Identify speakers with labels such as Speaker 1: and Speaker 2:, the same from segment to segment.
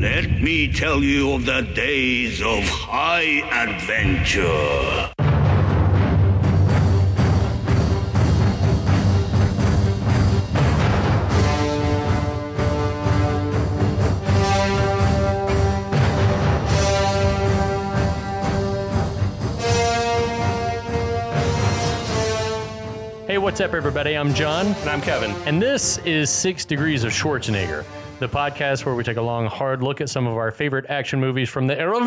Speaker 1: Let me tell you of the days of high adventure.
Speaker 2: Hey, what's up, everybody? I'm John,
Speaker 3: And I'm Kevin.
Speaker 2: and this is Six Degrees of Schwarzenegger, the podcast where we take a long, hard look at some of our favorite action movies from the era.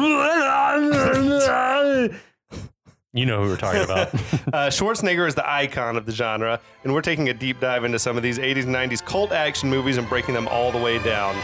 Speaker 2: you know who we're talking about.
Speaker 3: Uh, Schwarzenegger is the icon of the genre, and we're taking a deep dive into some of these 80s and 90s cult action movies and breaking them all the way down.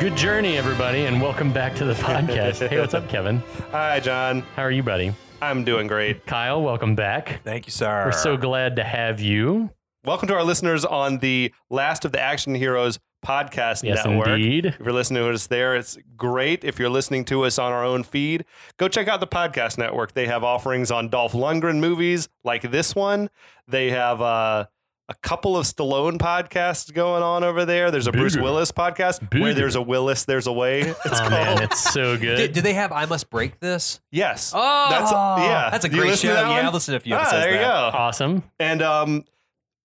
Speaker 2: Good journey, everybody, and welcome back to the podcast. Hey, what's up, Kevin?
Speaker 3: Hi, John.
Speaker 2: How are you, buddy?
Speaker 3: I'm doing great.
Speaker 2: Kyle, welcome back.
Speaker 4: Thank you, sir.
Speaker 2: We're so glad to have you.
Speaker 3: Welcome to our listeners on the Last of the Action Heroes podcast
Speaker 2: Yes,
Speaker 3: network.
Speaker 2: indeed.
Speaker 3: If you're listening to us there, it's great. If you're listening to us on our own feed, go check out the podcast network. They have offerings on Dolph Lundgren movies like this one. They have uh, a couple of Stallone podcasts going on over there. There's a Bruce
Speaker 2: Bigger.
Speaker 3: Willis podcast
Speaker 2: Bigger.
Speaker 3: where there's a Willis, there's a way. It's
Speaker 2: oh,
Speaker 3: called.
Speaker 2: man, it's so good.
Speaker 4: Do, do they have I Must Break This?
Speaker 3: Yes.
Speaker 4: Oh,
Speaker 3: That's- yeah.
Speaker 4: That's a
Speaker 3: Do you
Speaker 4: great
Speaker 3: listen
Speaker 4: show.
Speaker 3: to that
Speaker 4: Yeah,
Speaker 3: one?
Speaker 4: I listened to a few
Speaker 3: Ah,
Speaker 4: episodes.
Speaker 3: there you
Speaker 4: of that.
Speaker 3: go.
Speaker 2: awesome.
Speaker 3: And um,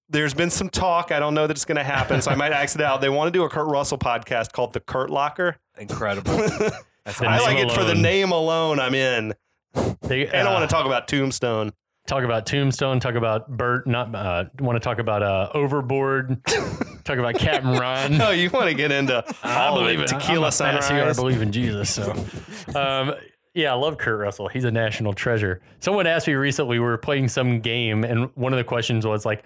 Speaker 3: there's been some talk. I don't know that it's going to happen, so I might ax it out. They want to do a Kurt Russell podcast called The Kurt Locker.
Speaker 4: Incredible. That's
Speaker 2: The
Speaker 3: I
Speaker 2: name
Speaker 3: like it for the
Speaker 2: alone.
Speaker 3: name alone. I'm in.
Speaker 2: They,
Speaker 3: And I
Speaker 2: uh,
Speaker 3: want to talk about Tombstone.
Speaker 2: talk about Tombstone, talk about Bert, not uh, want to talk about uh, Overboard, talk about Captain Ron.
Speaker 3: No, Oh, you want to get into all of it.
Speaker 2: I- I'm
Speaker 3: Tequila
Speaker 2: a fast eater, I
Speaker 3: Sunrise.
Speaker 2: believe in Jesus. So, um, yeah, I love Kurt Russell. He's a national treasure. Someone asked me recently. We were playing some game, and one of the questions was like,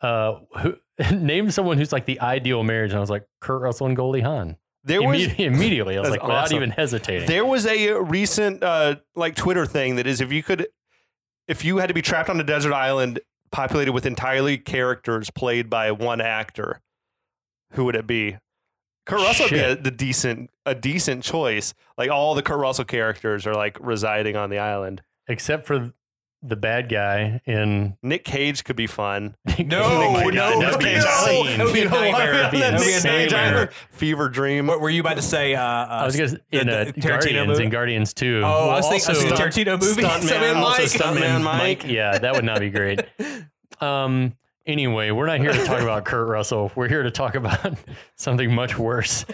Speaker 2: uh, who, "Name someone who's like the ideal marriage." And I was like, "Kurt Russell and Goldie Hawn."
Speaker 3: There was
Speaker 2: Immedi- immediately, I was
Speaker 3: That's
Speaker 2: like, without
Speaker 3: awesome.
Speaker 2: even hesitating.
Speaker 3: there was a recent uh, like Twitter thing that is if you could if you had to be trapped on a desert island populated with entirely characters played by one actor, who would it be? Kurt Russell would be a,
Speaker 2: Shit.
Speaker 3: the decent a decent choice. Like all the Kurt Russell characters are like residing on the island.
Speaker 2: Except for the bad guy in
Speaker 3: Nick Cage could be fun.
Speaker 4: Oh,
Speaker 3: Nick
Speaker 4: no,
Speaker 3: cage-
Speaker 2: that'd be
Speaker 3: no,
Speaker 2: insane.
Speaker 4: That would be a
Speaker 3: You don't want
Speaker 4: nightmare.
Speaker 3: to be on
Speaker 4: That would be a
Speaker 3: that Nick Cage
Speaker 4: nightmare.
Speaker 3: island. Fever dream.
Speaker 4: What were you about to say? Uh, uh,
Speaker 2: I was gonna in
Speaker 4: the-
Speaker 2: uh,
Speaker 4: the Tarantino
Speaker 2: Guardians
Speaker 4: movie?
Speaker 2: and Guardians Two.
Speaker 4: oh, I was thinking, I was
Speaker 2: also-
Speaker 4: thinking Tarantino movie.
Speaker 3: Stuntman,
Speaker 4: Stuntman
Speaker 3: also
Speaker 4: Mike.
Speaker 3: Stuntman Mike.
Speaker 2: Yeah, that would not be great. Um. Anyway, we're not here to talk about Kurt Russell. We're here to talk about something much worse,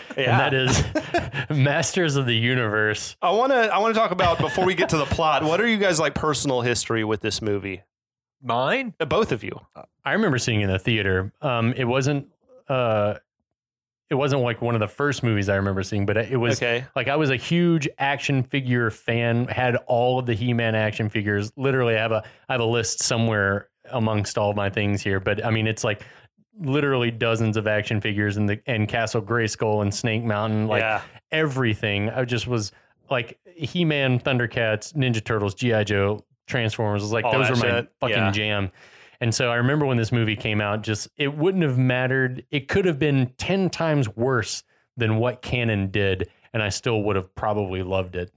Speaker 2: and
Speaker 3: Yeah.
Speaker 2: that is Masters of the Universe.
Speaker 3: I want to I want to talk about before we get to the plot. What are you guys like personal history with this movie?
Speaker 4: Mine?
Speaker 3: Uh, Both of you.
Speaker 2: I remember seeing it in the theater. Um, it wasn't. Uh, it wasn't like one of the first movies I remember seeing, but it was
Speaker 3: Okay.
Speaker 2: like I was a huge action figure fan. Had all of the He-Man action figures. Literally, I have a I have a list somewhere amongst all my things here. But I mean, it's like literally dozens of action figures and the and Castle Grayskull and Snake Mountain, like
Speaker 3: yeah.
Speaker 2: everything. I just was like He-Man, Thundercats, Ninja Turtles, GI Joe, Transformers. Was like
Speaker 3: All
Speaker 2: those
Speaker 3: that
Speaker 2: were my
Speaker 3: shit.
Speaker 2: fucking
Speaker 3: Yeah.
Speaker 2: jam. And so I remember when this movie came out. Just it wouldn't have mattered. It could have been ten times worse than what Canon did, and I still would have probably loved it.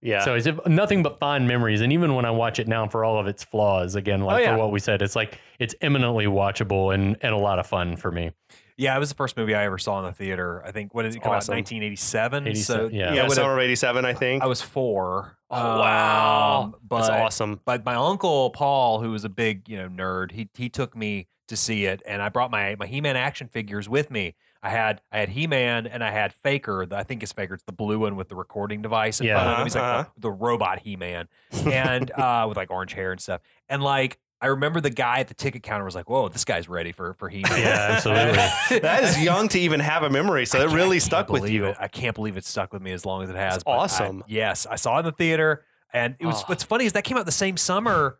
Speaker 3: Yeah.
Speaker 2: So it's nothing but fond memories. And even when I watch it now, for all of its flaws, again, like
Speaker 3: Oh, yeah.
Speaker 2: for what we said, it's like it's eminently watchable and and a lot of fun for me.
Speaker 4: Yeah, it was the first movie I ever saw in the theater. I think, what did it come
Speaker 3: Awesome.
Speaker 4: out? 1987?
Speaker 2: 87,
Speaker 4: So,
Speaker 2: yeah.
Speaker 3: yeah,
Speaker 4: so
Speaker 3: summer of 87, I think.
Speaker 4: I was four.
Speaker 3: Oh, wow.
Speaker 4: Um, but
Speaker 3: That's awesome.
Speaker 4: but my uncle Paul, who was a big you know nerd, he he took me to see it, and I brought my my He Man action figures with me. I had I had He Man and I had Faker. The, I think it's Faker. It's the blue one with the recording device. in
Speaker 2: Yeah.
Speaker 4: front of him. He's like
Speaker 3: Uh-huh.
Speaker 4: the, the robot He Man, and uh, with like orange hair and stuff. And like I remember the guy at the ticket counter was like, "Whoa, this guy's ready for for He Man."
Speaker 2: Yeah, absolutely.
Speaker 3: That is young to even have a memory, so
Speaker 4: I
Speaker 3: that
Speaker 4: can't- I
Speaker 3: really
Speaker 4: can't
Speaker 3: stuck with
Speaker 4: believe
Speaker 3: you.
Speaker 4: It. I can't believe it stuck with me as long as it has.
Speaker 3: That's
Speaker 4: but I-
Speaker 3: awesome.
Speaker 4: yes, I saw it in the theater, and it was.
Speaker 3: Oh.
Speaker 4: What's funny is that came out the same summer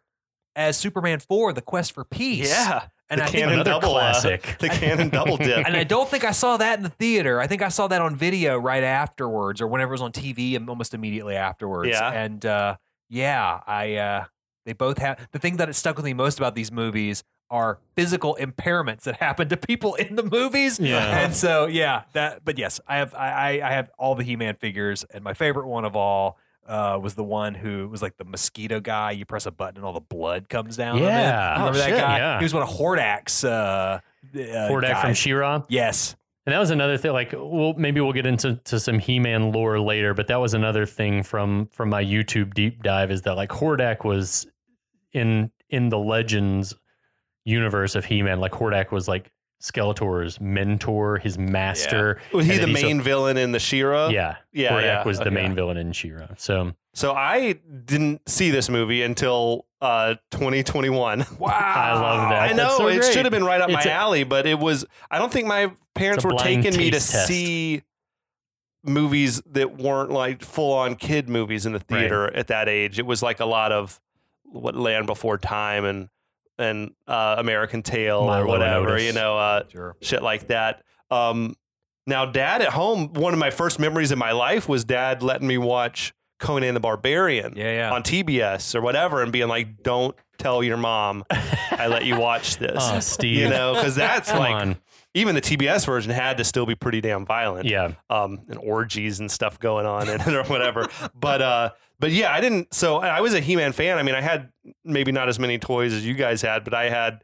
Speaker 4: as Superman Four: The Quest for Peace.
Speaker 3: Yeah.
Speaker 4: and
Speaker 3: the
Speaker 4: I
Speaker 3: Canon
Speaker 4: think.
Speaker 2: another
Speaker 3: double uh,
Speaker 2: classic.
Speaker 3: the Canon double dip.
Speaker 4: And I don't think I saw that in the theater. I think I saw that on video right afterwards, or whenever it was on TV, and almost immediately afterwards.
Speaker 3: Yeah.
Speaker 4: And uh, yeah, I uh, they both have the thing that it stuck with me most about these movies are physical impairments that happen to people in the movies.
Speaker 2: Yeah.
Speaker 4: And so yeah, that but yes, I have I, I I have all the He-Man figures and my favorite one of all uh, was the one who was like the mosquito guy. You press a button and all the blood comes down. on it.
Speaker 2: Yeah.
Speaker 4: You
Speaker 2: Oh,
Speaker 4: remember that
Speaker 3: shit,
Speaker 4: guy?
Speaker 2: yeah.
Speaker 4: He was one of Hordak's. Uh, uh,
Speaker 2: Hordak from
Speaker 4: guys.
Speaker 2: She-Ra.
Speaker 4: Yes.
Speaker 2: And that was another thing. Like, well, maybe we'll get into to some He-Man lore later, but that was another thing from from my YouTube deep dive is that like Hordak was in in the Legends universe of He-Man. Like Hordak was like Skeletor's mentor, his master.
Speaker 3: Was he
Speaker 2: And
Speaker 3: the
Speaker 2: then he's a-
Speaker 3: main villain in the Shira?
Speaker 2: Yeah,
Speaker 3: yeah,
Speaker 2: Hordak
Speaker 3: yeah.
Speaker 2: was the
Speaker 4: okay.
Speaker 2: main villain in She-Ra. So
Speaker 3: So I didn't see this movie until uh, 2021.
Speaker 4: Wow.
Speaker 2: I love that.
Speaker 3: I
Speaker 2: That's
Speaker 3: know
Speaker 2: so
Speaker 3: it
Speaker 2: great.
Speaker 3: should have been right up
Speaker 2: It's
Speaker 3: my
Speaker 2: a-
Speaker 3: alley, but it was. I don't think my parents
Speaker 2: a
Speaker 3: were
Speaker 2: blind
Speaker 3: taking me to
Speaker 2: taste test.
Speaker 3: see movies that weren't like full on kid movies in the
Speaker 2: Right.
Speaker 3: theater at that age. It was like a lot of what Land Before Time and and uh, American Tail
Speaker 2: Milo
Speaker 3: or
Speaker 2: and
Speaker 3: whatever,
Speaker 2: Otis.
Speaker 3: you know, uh,
Speaker 4: Sure.
Speaker 3: shit like that. Um, now, Dad at home, one of my first memories in my life was Dad letting me watch Conan the Barbarian
Speaker 4: Yeah, yeah.
Speaker 3: on TBS or whatever and being like, don't tell your mom I let you watch this.
Speaker 2: Oh, Steve.
Speaker 3: you know, because that's
Speaker 2: Come
Speaker 3: like,
Speaker 2: on.
Speaker 3: even the TBS version had to still be pretty damn violent.
Speaker 2: Yeah.
Speaker 3: Um, and orgies and stuff going on and or whatever. But, uh, but yeah, I didn't. So I was a He Man fan. I mean, I had maybe not as many toys as you guys had, but I had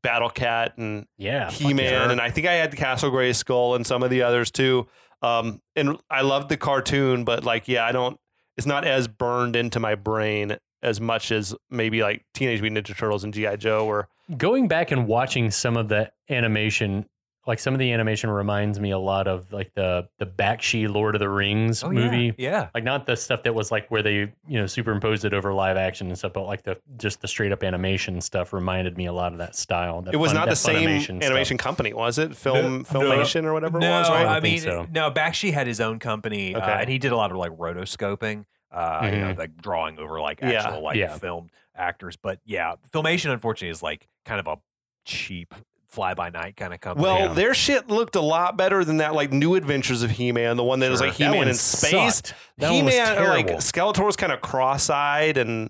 Speaker 3: Battle Cat and
Speaker 2: Yeah. fuck
Speaker 3: he Man,
Speaker 2: yeah.
Speaker 3: and I think I had Castle Gray Skull and some of the others too. Um, and I loved the cartoon, but like, yeah, I don't. It's not as burned into my brain as much as maybe like Teenage Mutant Ninja Turtles and GI Joe or
Speaker 2: going back and watching some of the animation like some of the animation reminds me a lot of like the the Bakshi Lord of the Rings
Speaker 4: Oh, yeah.
Speaker 2: movie.
Speaker 4: Yeah.
Speaker 2: Like not the stuff that was like where they, you know, superimposed it over live action and stuff, but like the just the straight up animation stuff reminded me a lot of that style. that
Speaker 3: it was
Speaker 2: fun-
Speaker 3: not
Speaker 2: that
Speaker 3: the same
Speaker 2: Funimation
Speaker 3: animation,
Speaker 2: stuff.
Speaker 3: company, was it? Film
Speaker 4: No,
Speaker 3: Filmation or whatever
Speaker 4: no,
Speaker 3: it was, right?
Speaker 4: I
Speaker 2: I
Speaker 4: mean,
Speaker 2: think so.
Speaker 4: no. Bakshi had his own company, uh,
Speaker 3: Okay.
Speaker 4: and he did a lot of like rotoscoping, uh, you know, like drawing over like
Speaker 3: Yeah,
Speaker 4: actual like
Speaker 2: yeah.
Speaker 4: film actors. But yeah, Filmation unfortunately is like kind of a cheap fly by night kind of company.
Speaker 3: well,
Speaker 2: Yeah.
Speaker 3: their shit looked a lot better than that, like New Adventures of He-Man, the one that was
Speaker 4: Sure.
Speaker 3: like
Speaker 2: That
Speaker 3: He-Man
Speaker 2: one
Speaker 3: in space.
Speaker 2: sucked. That
Speaker 3: He
Speaker 2: one was
Speaker 3: Man, like
Speaker 2: terrible.
Speaker 3: Skeletor was kind of cross-eyed and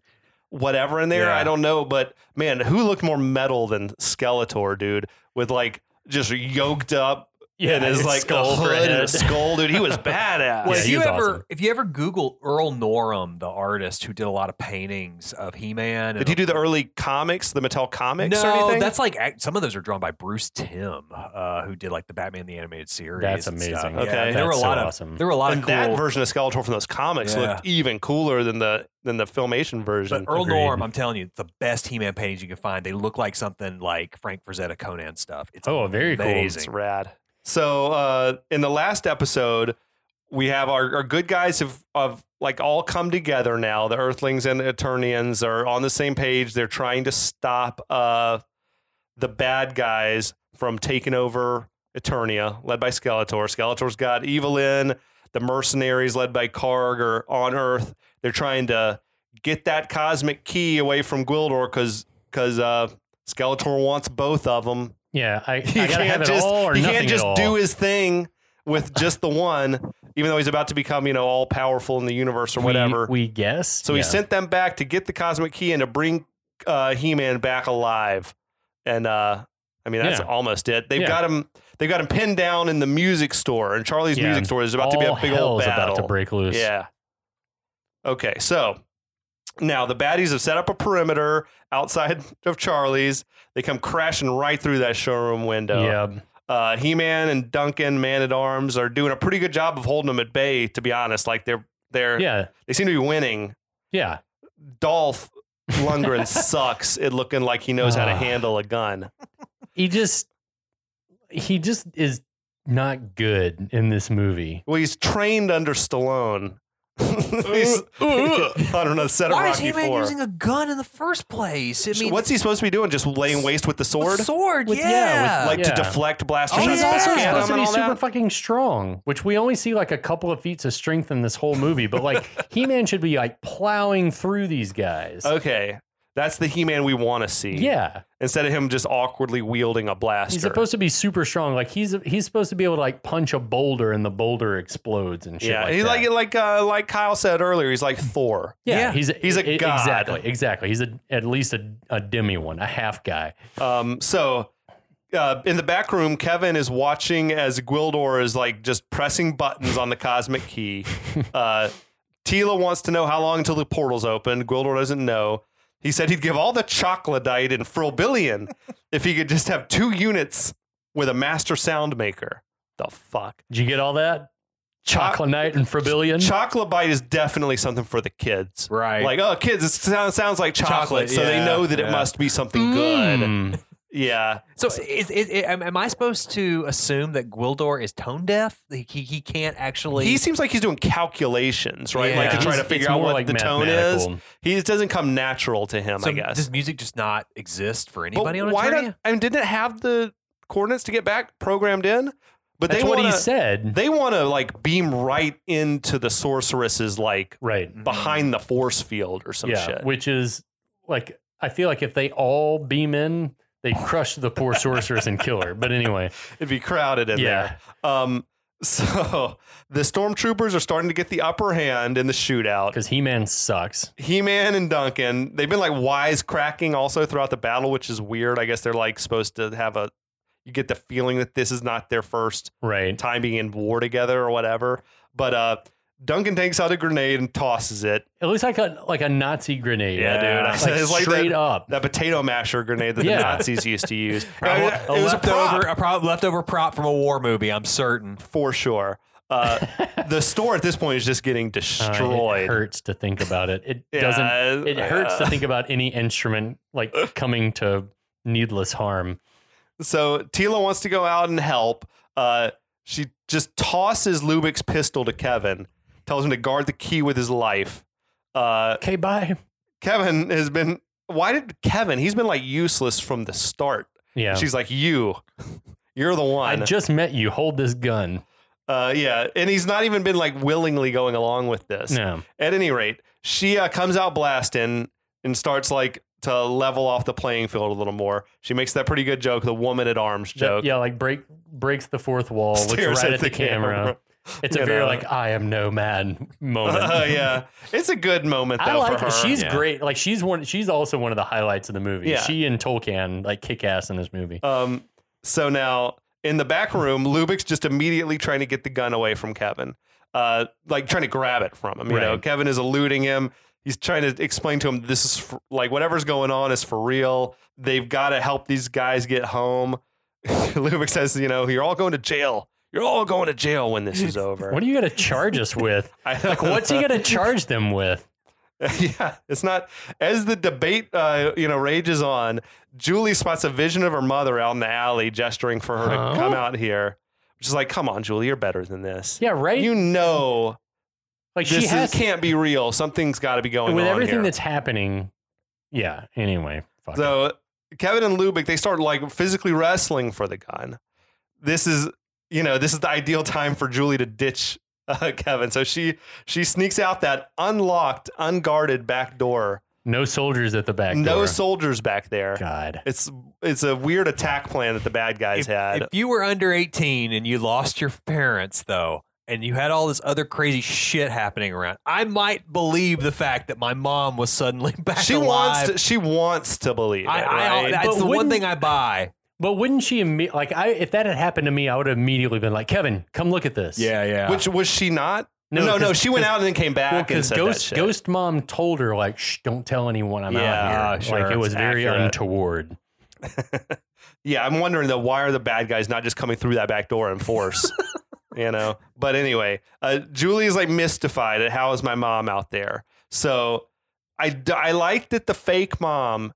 Speaker 3: whatever in there.
Speaker 4: Yeah.
Speaker 3: I don't know, but man, who looked more metal than Skeletor, dude? With like just yoked up
Speaker 2: yeah,
Speaker 3: and his
Speaker 2: it's
Speaker 3: like a
Speaker 2: skull for a
Speaker 3: hood and a
Speaker 2: head.
Speaker 3: skull, dude. He was badass.
Speaker 4: Well,
Speaker 2: Yeah,
Speaker 4: if
Speaker 2: he
Speaker 4: you
Speaker 2: was
Speaker 4: ever
Speaker 2: awesome.
Speaker 4: if you ever Google Earl Norum, the artist who did a lot of paintings of He Man,
Speaker 3: Did he do the early comics, the Mattel comics or
Speaker 4: No,
Speaker 3: anything?
Speaker 4: that's like act- some of those are drawn by Bruce Tim, uh, who did like the Batman the animated series.
Speaker 2: That's
Speaker 4: and
Speaker 2: amazing.
Speaker 4: stuff.
Speaker 2: Okay.
Speaker 4: Yeah, there
Speaker 2: That's
Speaker 4: were a
Speaker 2: so
Speaker 4: lot of
Speaker 2: awesome.
Speaker 4: there were a lot
Speaker 3: but
Speaker 4: of
Speaker 3: that
Speaker 4: cool
Speaker 3: version of Skeletor from those comics
Speaker 4: Yeah.
Speaker 3: looked even cooler than the than the filmation version.
Speaker 4: But Earl
Speaker 2: Agreed.
Speaker 4: Norm, I'm telling you, the best He-Man paintings you can find. They look like something like Frank Frazetta Conan stuff. It's
Speaker 2: Oh, very cool.
Speaker 4: amazing.
Speaker 3: It's rad. So uh, in the last episode, we have our, our good guys have, have like all come together now. The Earthlings and the Eternians are on the same page. They're trying to stop uh, the bad guys from taking over Eternia, led by Skeletor. Skeletor's got Evelyn. The mercenaries, led by Karg, are on Earth. They're trying to get that cosmic key away from Gwildor because because uh, Skeletor wants both of them
Speaker 2: Yeah, I, I
Speaker 3: he
Speaker 2: gotta have
Speaker 3: can't
Speaker 2: it
Speaker 3: just
Speaker 2: all or
Speaker 3: he
Speaker 2: nothing
Speaker 3: can't just
Speaker 2: at all.
Speaker 3: do his thing with just the one, even though he's about to become you know all powerful in the universe or
Speaker 2: We-
Speaker 3: whatever.
Speaker 2: We, guess.
Speaker 3: so he
Speaker 2: Yeah.
Speaker 3: sent them back to get the cosmic key and to bring uh, He Man back alive. And uh, I mean that's
Speaker 2: Yeah.
Speaker 3: almost it. They've
Speaker 2: Yeah.
Speaker 3: got him. They've got him pinned down in the music store. And Charlie's
Speaker 2: Yeah,
Speaker 3: music store is about to be a
Speaker 2: All
Speaker 3: big
Speaker 2: hell
Speaker 3: old
Speaker 2: is
Speaker 3: battle.
Speaker 2: about to break loose.
Speaker 3: Yeah. Okay, so now the baddies have set up a perimeter outside of Charlie's. They come crashing right through that showroom window.
Speaker 2: Yeah.
Speaker 3: Uh, he Man and Duncan, Man at Arms, are doing a pretty good job of holding them at bay. To be honest, like they're they're
Speaker 2: Yeah.
Speaker 3: they seem to be winning.
Speaker 2: Yeah.
Speaker 3: Dolph Lundgren sucks at looking like he knows how to
Speaker 2: Ah.
Speaker 3: handle a gun.
Speaker 2: he just he just is not good in this movie.
Speaker 3: Well, he's trained under Stallone.
Speaker 2: Uh,
Speaker 3: he's on a set of
Speaker 4: Why is
Speaker 3: Rocky
Speaker 4: He-Man
Speaker 3: Four.
Speaker 4: using a gun in the first place? I mean,
Speaker 3: What's he supposed to be doing? Just laying waste with the
Speaker 4: with
Speaker 3: sword?
Speaker 4: sword?
Speaker 2: With-
Speaker 4: yeah.
Speaker 2: yeah, with,
Speaker 3: like to
Speaker 2: Yeah.
Speaker 3: deflect blaster
Speaker 4: Oh,
Speaker 3: shots
Speaker 2: He's
Speaker 4: yeah.
Speaker 2: also
Speaker 3: back at
Speaker 2: supposed
Speaker 3: him
Speaker 2: to
Speaker 3: and
Speaker 2: be
Speaker 3: all
Speaker 2: super
Speaker 3: that.
Speaker 2: fucking strong, which we only see like a couple of feats of
Speaker 3: Oh,
Speaker 2: strength in this whole movie. But like He Man should be like plowing through these guys.
Speaker 3: Okay. That's the He Man we want to see.
Speaker 2: Yeah,
Speaker 3: Instead of him just awkwardly wielding a blaster.
Speaker 2: he's supposed to be super strong. Like he's he's supposed to be able to like punch a boulder and the boulder explodes and shit.
Speaker 3: yeah,
Speaker 2: like
Speaker 3: he's
Speaker 2: that.
Speaker 3: like like uh, like Kyle said earlier. He's like Thor.
Speaker 2: Yeah,
Speaker 4: Yeah.
Speaker 2: he's a,
Speaker 3: He's a
Speaker 2: e-
Speaker 3: god.
Speaker 2: exactly exactly. He's a, at least a, a demi one, a half guy.
Speaker 3: Um, so uh, in the back room, Kevin is watching as Gwildor is like just pressing buttons on the cosmic key. Uh, Tila wants to know how long until the portal's open. Gwildor doesn't know. He said he'd give all the chocoladite and frilbillion if he could just have two units with a master sound maker. The fuck.
Speaker 2: Did you get all that?
Speaker 3: Choc-
Speaker 2: Chocolate Knight and Fribillion.
Speaker 3: Chocolabite is definitely something for the kids.
Speaker 4: Right.
Speaker 3: Like, oh, kids, it sounds, sounds like chocolate,
Speaker 4: Chocolate,
Speaker 3: so they
Speaker 4: yeah,
Speaker 3: know that it
Speaker 4: yeah.
Speaker 3: must be something good.
Speaker 2: Mm.
Speaker 3: Yeah.
Speaker 4: so is, is, is- am, am I supposed to assume that Gwildor is tone deaf? Like, He, he can't actually.
Speaker 3: he seems like he's doing calculations, right?
Speaker 4: Yeah.
Speaker 3: Like to try
Speaker 2: He's-
Speaker 3: to figure
Speaker 2: it's
Speaker 3: out
Speaker 2: more
Speaker 3: what
Speaker 2: like
Speaker 3: the tone is.
Speaker 2: mathematical.
Speaker 3: He it doesn't come natural to him,
Speaker 4: so
Speaker 3: I guess.
Speaker 4: does music just not exist for
Speaker 3: But
Speaker 4: anybody on
Speaker 3: why
Speaker 4: Eternia?
Speaker 3: not? I mean, didn't it have the coordinates to get back programmed in? But
Speaker 2: That's
Speaker 3: they
Speaker 2: what
Speaker 3: want
Speaker 2: he
Speaker 3: to.
Speaker 2: said.
Speaker 3: They want to like beam right into the sorceress's like
Speaker 2: right.
Speaker 3: behind the force field or some
Speaker 2: Mm-hmm. yeah,
Speaker 3: shit.
Speaker 2: which is like I feel like if they all beam in, they crush the poor sorceress and kill her. But anyway,
Speaker 3: It'd be crowded in there.
Speaker 2: yeah,
Speaker 3: Um, so the stormtroopers are starting to get the upper hand in the shootout.
Speaker 2: because He Man sucks.
Speaker 3: He-Man and Duncan, they've been like wisecracking also throughout the battle, which is weird. I guess they're like supposed to have a you get the feeling that this is not their first
Speaker 2: Right.
Speaker 3: time being in war together or whatever. But uh Duncan takes out a grenade and tosses it.
Speaker 2: It looks like a like a Nazi grenade.
Speaker 3: Yeah, dude.
Speaker 2: Like
Speaker 3: It's like
Speaker 2: straight
Speaker 3: that-
Speaker 2: up. Uh,
Speaker 3: That potato masher grenade that
Speaker 2: Yeah.
Speaker 3: the Nazis used to use.
Speaker 4: Probably
Speaker 3: Uh, it was a prop,
Speaker 4: leftover, a prop, leftover prop from a war movie. I'm certain.
Speaker 3: for sure. Uh, the store at this point is just
Speaker 2: Uh,
Speaker 3: getting
Speaker 2: it
Speaker 3: destroyed.
Speaker 2: hurts to think about it. It doesn't. It hurts to think about any instrument like coming to needless harm.
Speaker 3: So Tila wants to go out and help. Uh, she just tosses Lubick's pistol to Kevin, tells him to guard the key with his life. Uh,
Speaker 2: Okay, bye.
Speaker 3: Kevin has been. Why did Kevin? He's been like useless from the start.
Speaker 2: Yeah.
Speaker 3: She's like, you, you're the
Speaker 2: I
Speaker 3: one.
Speaker 2: just met you. Hold this gun.
Speaker 3: uh, yeah, and he's not even been like willingly going along with this.
Speaker 2: No.
Speaker 3: At any rate, she uh, comes out blasting and starts like to level off the playing field a little more. She makes that pretty good joke, the woman at arms
Speaker 2: That-
Speaker 3: joke.
Speaker 2: yeah, like break breaks the fourth wall,
Speaker 3: Stares
Speaker 2: looks right at, the, camera. It's
Speaker 3: You
Speaker 2: a very
Speaker 3: know?
Speaker 2: like I am no man moment.
Speaker 3: Oh yeah, it's a good moment though
Speaker 2: I like
Speaker 3: for her.
Speaker 2: she's
Speaker 4: Yeah.
Speaker 2: great. Like she's one she's also one of the highlights of the movie.
Speaker 3: Yeah.
Speaker 2: She and Tolkien like kick ass in this movie.
Speaker 3: um, so now in the back room, Lubick's just immediately trying to get the gun away from Kevin, uh, like trying to grab it from him. You know,
Speaker 2: Right.
Speaker 3: Kevin is eluding him. He's trying to explain to him this is for, like whatever's going on is for real. They've got to help these guys get home. Lubick says, you know, you're all going to jail. You're all going to jail when this is over.
Speaker 2: What are you gonna charge us with?
Speaker 3: I-
Speaker 2: Like what's he gonna charge them with?
Speaker 3: yeah, it's not. As the debate, uh, you know, rages on, Julie spots a vision of her mother out in the alley, gesturing for her
Speaker 2: Huh?
Speaker 3: to come out here. She's like, "Come on, Julie, you're better than this.
Speaker 2: Yeah, right?
Speaker 3: You know,
Speaker 2: like
Speaker 3: this
Speaker 2: she
Speaker 3: is-
Speaker 2: has to-
Speaker 3: can't be real. Something's got to be going
Speaker 2: with
Speaker 3: on
Speaker 2: everything
Speaker 3: here."
Speaker 2: that's happening. Yeah. Anyway. Fuck it.
Speaker 3: so Kevin and Lubick they start like physically wrestling for the gun. This is, you know, this is the ideal time for Julie to ditch uh, Kevin. So she she sneaks out that unlocked, unguarded back door.
Speaker 2: No soldiers at the back.
Speaker 3: no
Speaker 2: door.
Speaker 3: soldiers back there.
Speaker 2: God.
Speaker 3: It's it's a weird attack plan that the bad guys
Speaker 4: If,
Speaker 3: had.
Speaker 4: if you were under 18 and you lost your parents, though, and you had all this other crazy shit happening around, I might believe the fact that my mom was suddenly back
Speaker 3: she
Speaker 4: alive.
Speaker 3: wants to, she wants to believe it,
Speaker 4: I, I,
Speaker 3: right?
Speaker 4: that's
Speaker 2: But
Speaker 4: the one
Speaker 2: wouldn't-
Speaker 4: thing I buy.
Speaker 2: But wouldn't she imme- like I if that had happened to me, I would have immediately been like, Kevin, come look at this.
Speaker 4: yeah.
Speaker 3: Which was she not? No, no,
Speaker 2: 'cause-
Speaker 3: she went
Speaker 2: 'cause-
Speaker 3: out and then came back and
Speaker 2: because
Speaker 3: said that
Speaker 2: ghost
Speaker 3: shit.
Speaker 2: ghost mom told her like Shh, don't tell anyone i'm
Speaker 3: Yeah,
Speaker 2: out here
Speaker 4: sure,
Speaker 2: like it was
Speaker 4: it's
Speaker 2: very
Speaker 3: accurate.
Speaker 2: untoward
Speaker 3: Yeah, I'm wondering though why are the bad guys not just coming through that back door in force? you know. But anyway, uh, Julie is like mystified at how is my mom out there. So I d- I like that the fake mom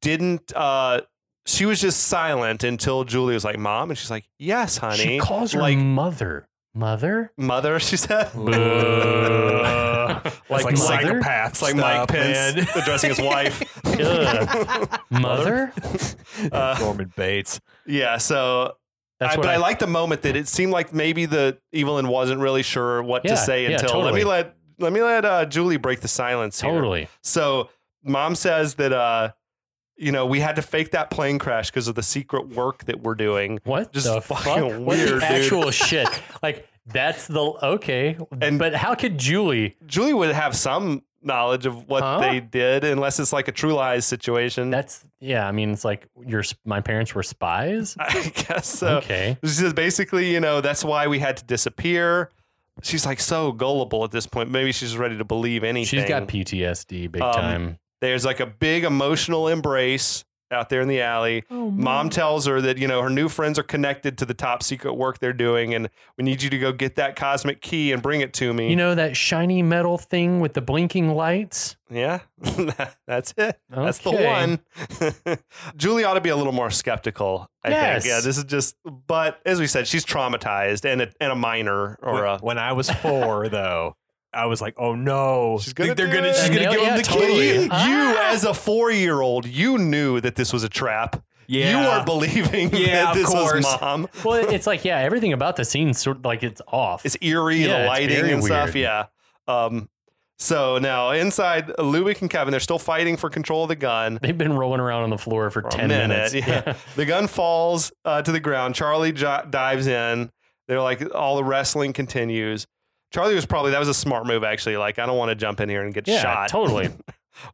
Speaker 3: didn't. Uh, she was just silent until Julie was like, "Mom," and she's like, "Yes, honey."
Speaker 2: she calls her
Speaker 3: like
Speaker 2: mother mother
Speaker 3: mother. She said.
Speaker 2: Ugh.
Speaker 3: Like
Speaker 4: like, like
Speaker 2: mother?
Speaker 4: psychopaths.
Speaker 3: It's like Mike
Speaker 4: stuff,
Speaker 3: Pence
Speaker 4: man.
Speaker 3: addressing his wife.
Speaker 2: Ugh. mother
Speaker 3: Uh,
Speaker 4: Norman Bates.
Speaker 3: yeah, so
Speaker 2: that's
Speaker 3: I,
Speaker 2: what
Speaker 3: but I,
Speaker 2: I,
Speaker 3: like the moment that it seemed like maybe the Evelyn wasn't really sure what
Speaker 2: Yeah,
Speaker 3: to say
Speaker 2: yeah,
Speaker 3: until let me
Speaker 2: totally.
Speaker 3: let let me let uh, Julie break the silence here.
Speaker 2: totally
Speaker 3: So mom says that uh, you know, we had to fake that plane crash because of the secret work that we're doing.
Speaker 2: What
Speaker 3: Just
Speaker 2: the
Speaker 3: fucking
Speaker 2: fuck? What the
Speaker 3: weird, dude.
Speaker 2: actual shit? Like that's the okay.
Speaker 3: And-
Speaker 2: but how could Julie?
Speaker 3: Julie would have some knowledge of what
Speaker 2: Huh?
Speaker 3: they did, unless it's like a true lies situation.
Speaker 2: That's yeah. I mean, it's like your my parents were spies.
Speaker 3: I guess so.
Speaker 2: okay.
Speaker 3: She says basically, you know, that's why we had to disappear. She's like so gullible at this point. Maybe she's ready to believe anything.
Speaker 2: She's got PTSD big
Speaker 3: Um,
Speaker 2: time.
Speaker 3: There's like a big emotional embrace out there in the alley.
Speaker 2: Oh,
Speaker 3: Mom tells her that, you know, her new friends are connected to the top secret work they're doing, and we need you to go get that cosmic key and bring it to me.
Speaker 2: You know that shiny metal thing with the blinking lights?
Speaker 3: yeah, that's it. That's the
Speaker 2: Okay.
Speaker 3: one. Julie ought to be a little more skeptical, I
Speaker 2: Yes.
Speaker 3: think. Yeah, this is just, but as we said, she's traumatized and a, and a minor or
Speaker 4: when,
Speaker 3: a.
Speaker 4: when I was four, though, I was like, "Oh no,
Speaker 3: She's gonna
Speaker 4: they're
Speaker 3: do
Speaker 4: gonna,
Speaker 3: it.
Speaker 4: she's gonna
Speaker 2: Nailed-
Speaker 4: give
Speaker 2: yeah,
Speaker 4: him the
Speaker 2: totally.
Speaker 3: You,
Speaker 4: key."
Speaker 3: you as a four year old, you knew that this was a trap. You
Speaker 4: Yeah.
Speaker 3: were believing
Speaker 4: Yeah,
Speaker 3: that
Speaker 4: of
Speaker 3: this was
Speaker 4: course.
Speaker 3: mom.
Speaker 2: well, it's like yeah, everything about the scene sort of like it's off.
Speaker 3: It's eerie,
Speaker 2: Yeah,
Speaker 3: the
Speaker 2: it's
Speaker 3: lighting
Speaker 2: very
Speaker 3: and stuff.
Speaker 2: weird.
Speaker 3: Yeah. Um, so now inside, Lubick and Kevin, they're still fighting for control of the gun.
Speaker 2: They've been rolling around on the floor for,
Speaker 3: For a
Speaker 2: ten
Speaker 3: minute,
Speaker 2: minutes.
Speaker 3: yeah. The gun falls uh, to the ground. Charlie jo- dives in. They're like, all the wrestling continues. Charlie was probably, that was a smart move, actually. Like, I don't want to jump in here and get
Speaker 2: Yeah,
Speaker 3: shot.
Speaker 2: totally.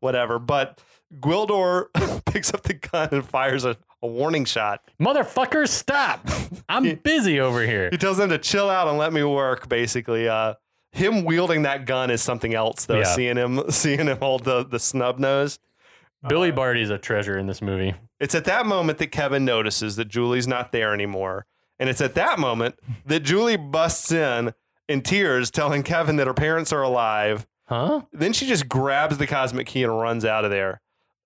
Speaker 3: Whatever. But Gwildor picks up the gun and fires a, a warning shot.
Speaker 2: Motherfucker, stop! I'm busy over here.
Speaker 3: He tells them to chill out and let me work. Basically, uh, him wielding that gun is something else, though.
Speaker 2: Yeah.
Speaker 3: Seeing him, seeing him hold the the snub nose. Uh,
Speaker 2: Billy Barty's a treasure in this movie.
Speaker 3: It's at that moment that Kevin notices that Julie's not there anymore, and it's at that moment that Julie busts in in tears, telling Kevin that her parents are alive.
Speaker 2: Huh?
Speaker 3: Then she just grabs the cosmic key and runs out of there.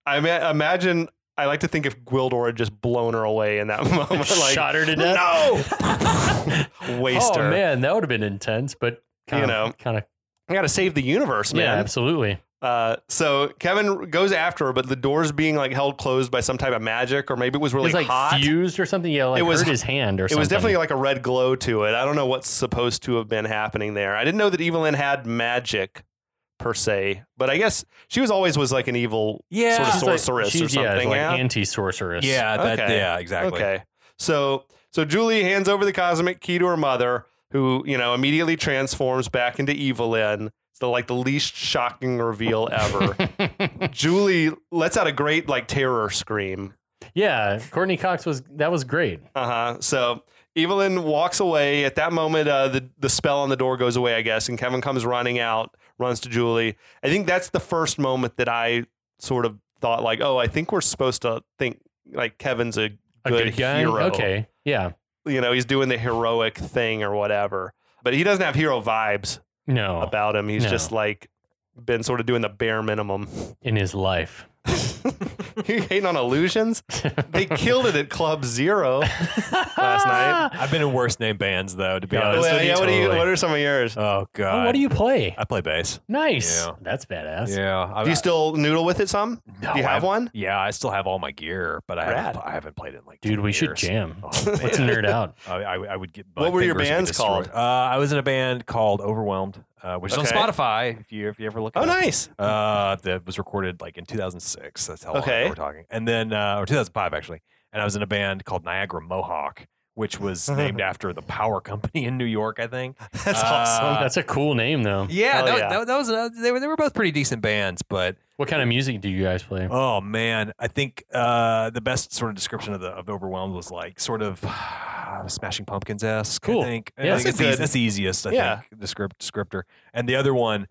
Speaker 3: I ma- imagine. I like to think if Gwildor had just blown her away in that moment, like
Speaker 2: Shot her to death.
Speaker 3: no, waste
Speaker 2: oh
Speaker 3: her.
Speaker 2: man, that would have been intense, but kind
Speaker 3: You know,
Speaker 2: of, kind of,
Speaker 3: I gotta save the universe,
Speaker 2: yeah,
Speaker 3: man.
Speaker 2: absolutely.
Speaker 3: Uh, so Kevin goes after her, but the door's being like held closed by some type of magic, or maybe it was
Speaker 2: It
Speaker 3: really
Speaker 2: was like
Speaker 3: hot.
Speaker 2: fused or something. Yeah, like
Speaker 3: It was-
Speaker 2: hurt his hand or
Speaker 3: it
Speaker 2: something.
Speaker 3: was definitely like a red glow to it. I don't know what's supposed to have been happening there. I didn't know that Evelyn had magic per se, but I guess she was always was like an evil
Speaker 4: Yeah,
Speaker 3: sort of
Speaker 2: She's like-
Speaker 3: sorceress or
Speaker 2: she's, yeah,
Speaker 3: something.
Speaker 2: like
Speaker 3: yeah?
Speaker 2: anti-sorceress.
Speaker 4: yeah, that,
Speaker 3: Okay.
Speaker 4: yeah, exactly.
Speaker 3: Okay. So so Julie hands over the cosmic key to her mother, who, you know, immediately transforms back into Evelyn. It's the like the least shocking reveal ever. Julie lets out a great like terror scream.
Speaker 2: yeah. Courtney Cox was that was great.
Speaker 3: Uh-huh. So Evelyn walks away. At that moment, uh, the, the spell on the door goes away, I guess, and Kevin comes running out, runs to Julie. I think that's the first moment that I sort of thought like, oh, I think we're supposed to think like Kevin's a
Speaker 2: A
Speaker 3: good,
Speaker 2: good, guy.
Speaker 3: hero.
Speaker 2: Okay. Yeah.
Speaker 3: you know, he's doing the heroic thing or whatever. But he doesn't have hero vibes
Speaker 2: No.
Speaker 3: about him. He's
Speaker 2: No.
Speaker 3: just like been sort of doing the bare minimum.
Speaker 2: in his life.
Speaker 3: you hating on illusions? They killed it at Club Zero last night.
Speaker 4: I've been in worse name bands though, to be
Speaker 2: Yeah,
Speaker 4: honest.
Speaker 2: well,
Speaker 4: with you.
Speaker 3: yeah, what, are you,
Speaker 2: totally.
Speaker 3: what are some of yours?
Speaker 4: Oh god,
Speaker 2: Oh, what do you play?
Speaker 4: I play bass.
Speaker 2: Nice.
Speaker 4: Yeah.
Speaker 2: That's badass.
Speaker 4: Yeah, I,
Speaker 3: Do you still noodle with it some?
Speaker 4: no,
Speaker 3: Do you
Speaker 4: I-
Speaker 3: have one?
Speaker 4: Yeah, I still have all my gear, but I
Speaker 3: Rad.
Speaker 4: haven't, I haven't played it in like.
Speaker 2: Dude,
Speaker 4: 10
Speaker 2: we should
Speaker 4: years.
Speaker 2: jam.
Speaker 4: Oh,
Speaker 2: Let's
Speaker 4: man.
Speaker 2: nerd out.
Speaker 4: I, I, I would get. my
Speaker 3: What were your
Speaker 4: fingers would be
Speaker 3: bands called?
Speaker 4: destroyed. Uh, I was in a band called Overwhelmed, uh, which is
Speaker 3: Okay.
Speaker 4: on Spotify. If you if you ever look. it
Speaker 3: Oh,
Speaker 4: up.
Speaker 3: nice.
Speaker 4: Uh, that was recorded like in 2006. That's how long
Speaker 3: Okay.
Speaker 4: ago we're talking. And then, uh, or 2005 actually. And I was in a band called Niagara Mohawk, which was named after the power company in New York, I think.
Speaker 3: That's
Speaker 4: Uh,
Speaker 3: awesome.
Speaker 2: That's a cool name, though.
Speaker 4: Yeah,
Speaker 3: Hell
Speaker 4: that,
Speaker 3: yeah.
Speaker 4: That, that was uh, they were they were both pretty decent bands, but
Speaker 2: What kind of music do you guys play?
Speaker 4: oh man, I think uh, the best sort of description of the of overwhelmed was like sort of Smashing Pumpkins esque.
Speaker 2: Cool.
Speaker 4: I think. I
Speaker 2: Yeah,
Speaker 4: think
Speaker 3: that's
Speaker 4: it's
Speaker 3: a
Speaker 4: the,
Speaker 3: good-
Speaker 4: that's the easiest. I
Speaker 3: Yeah.
Speaker 4: think the script descriptor and the other one,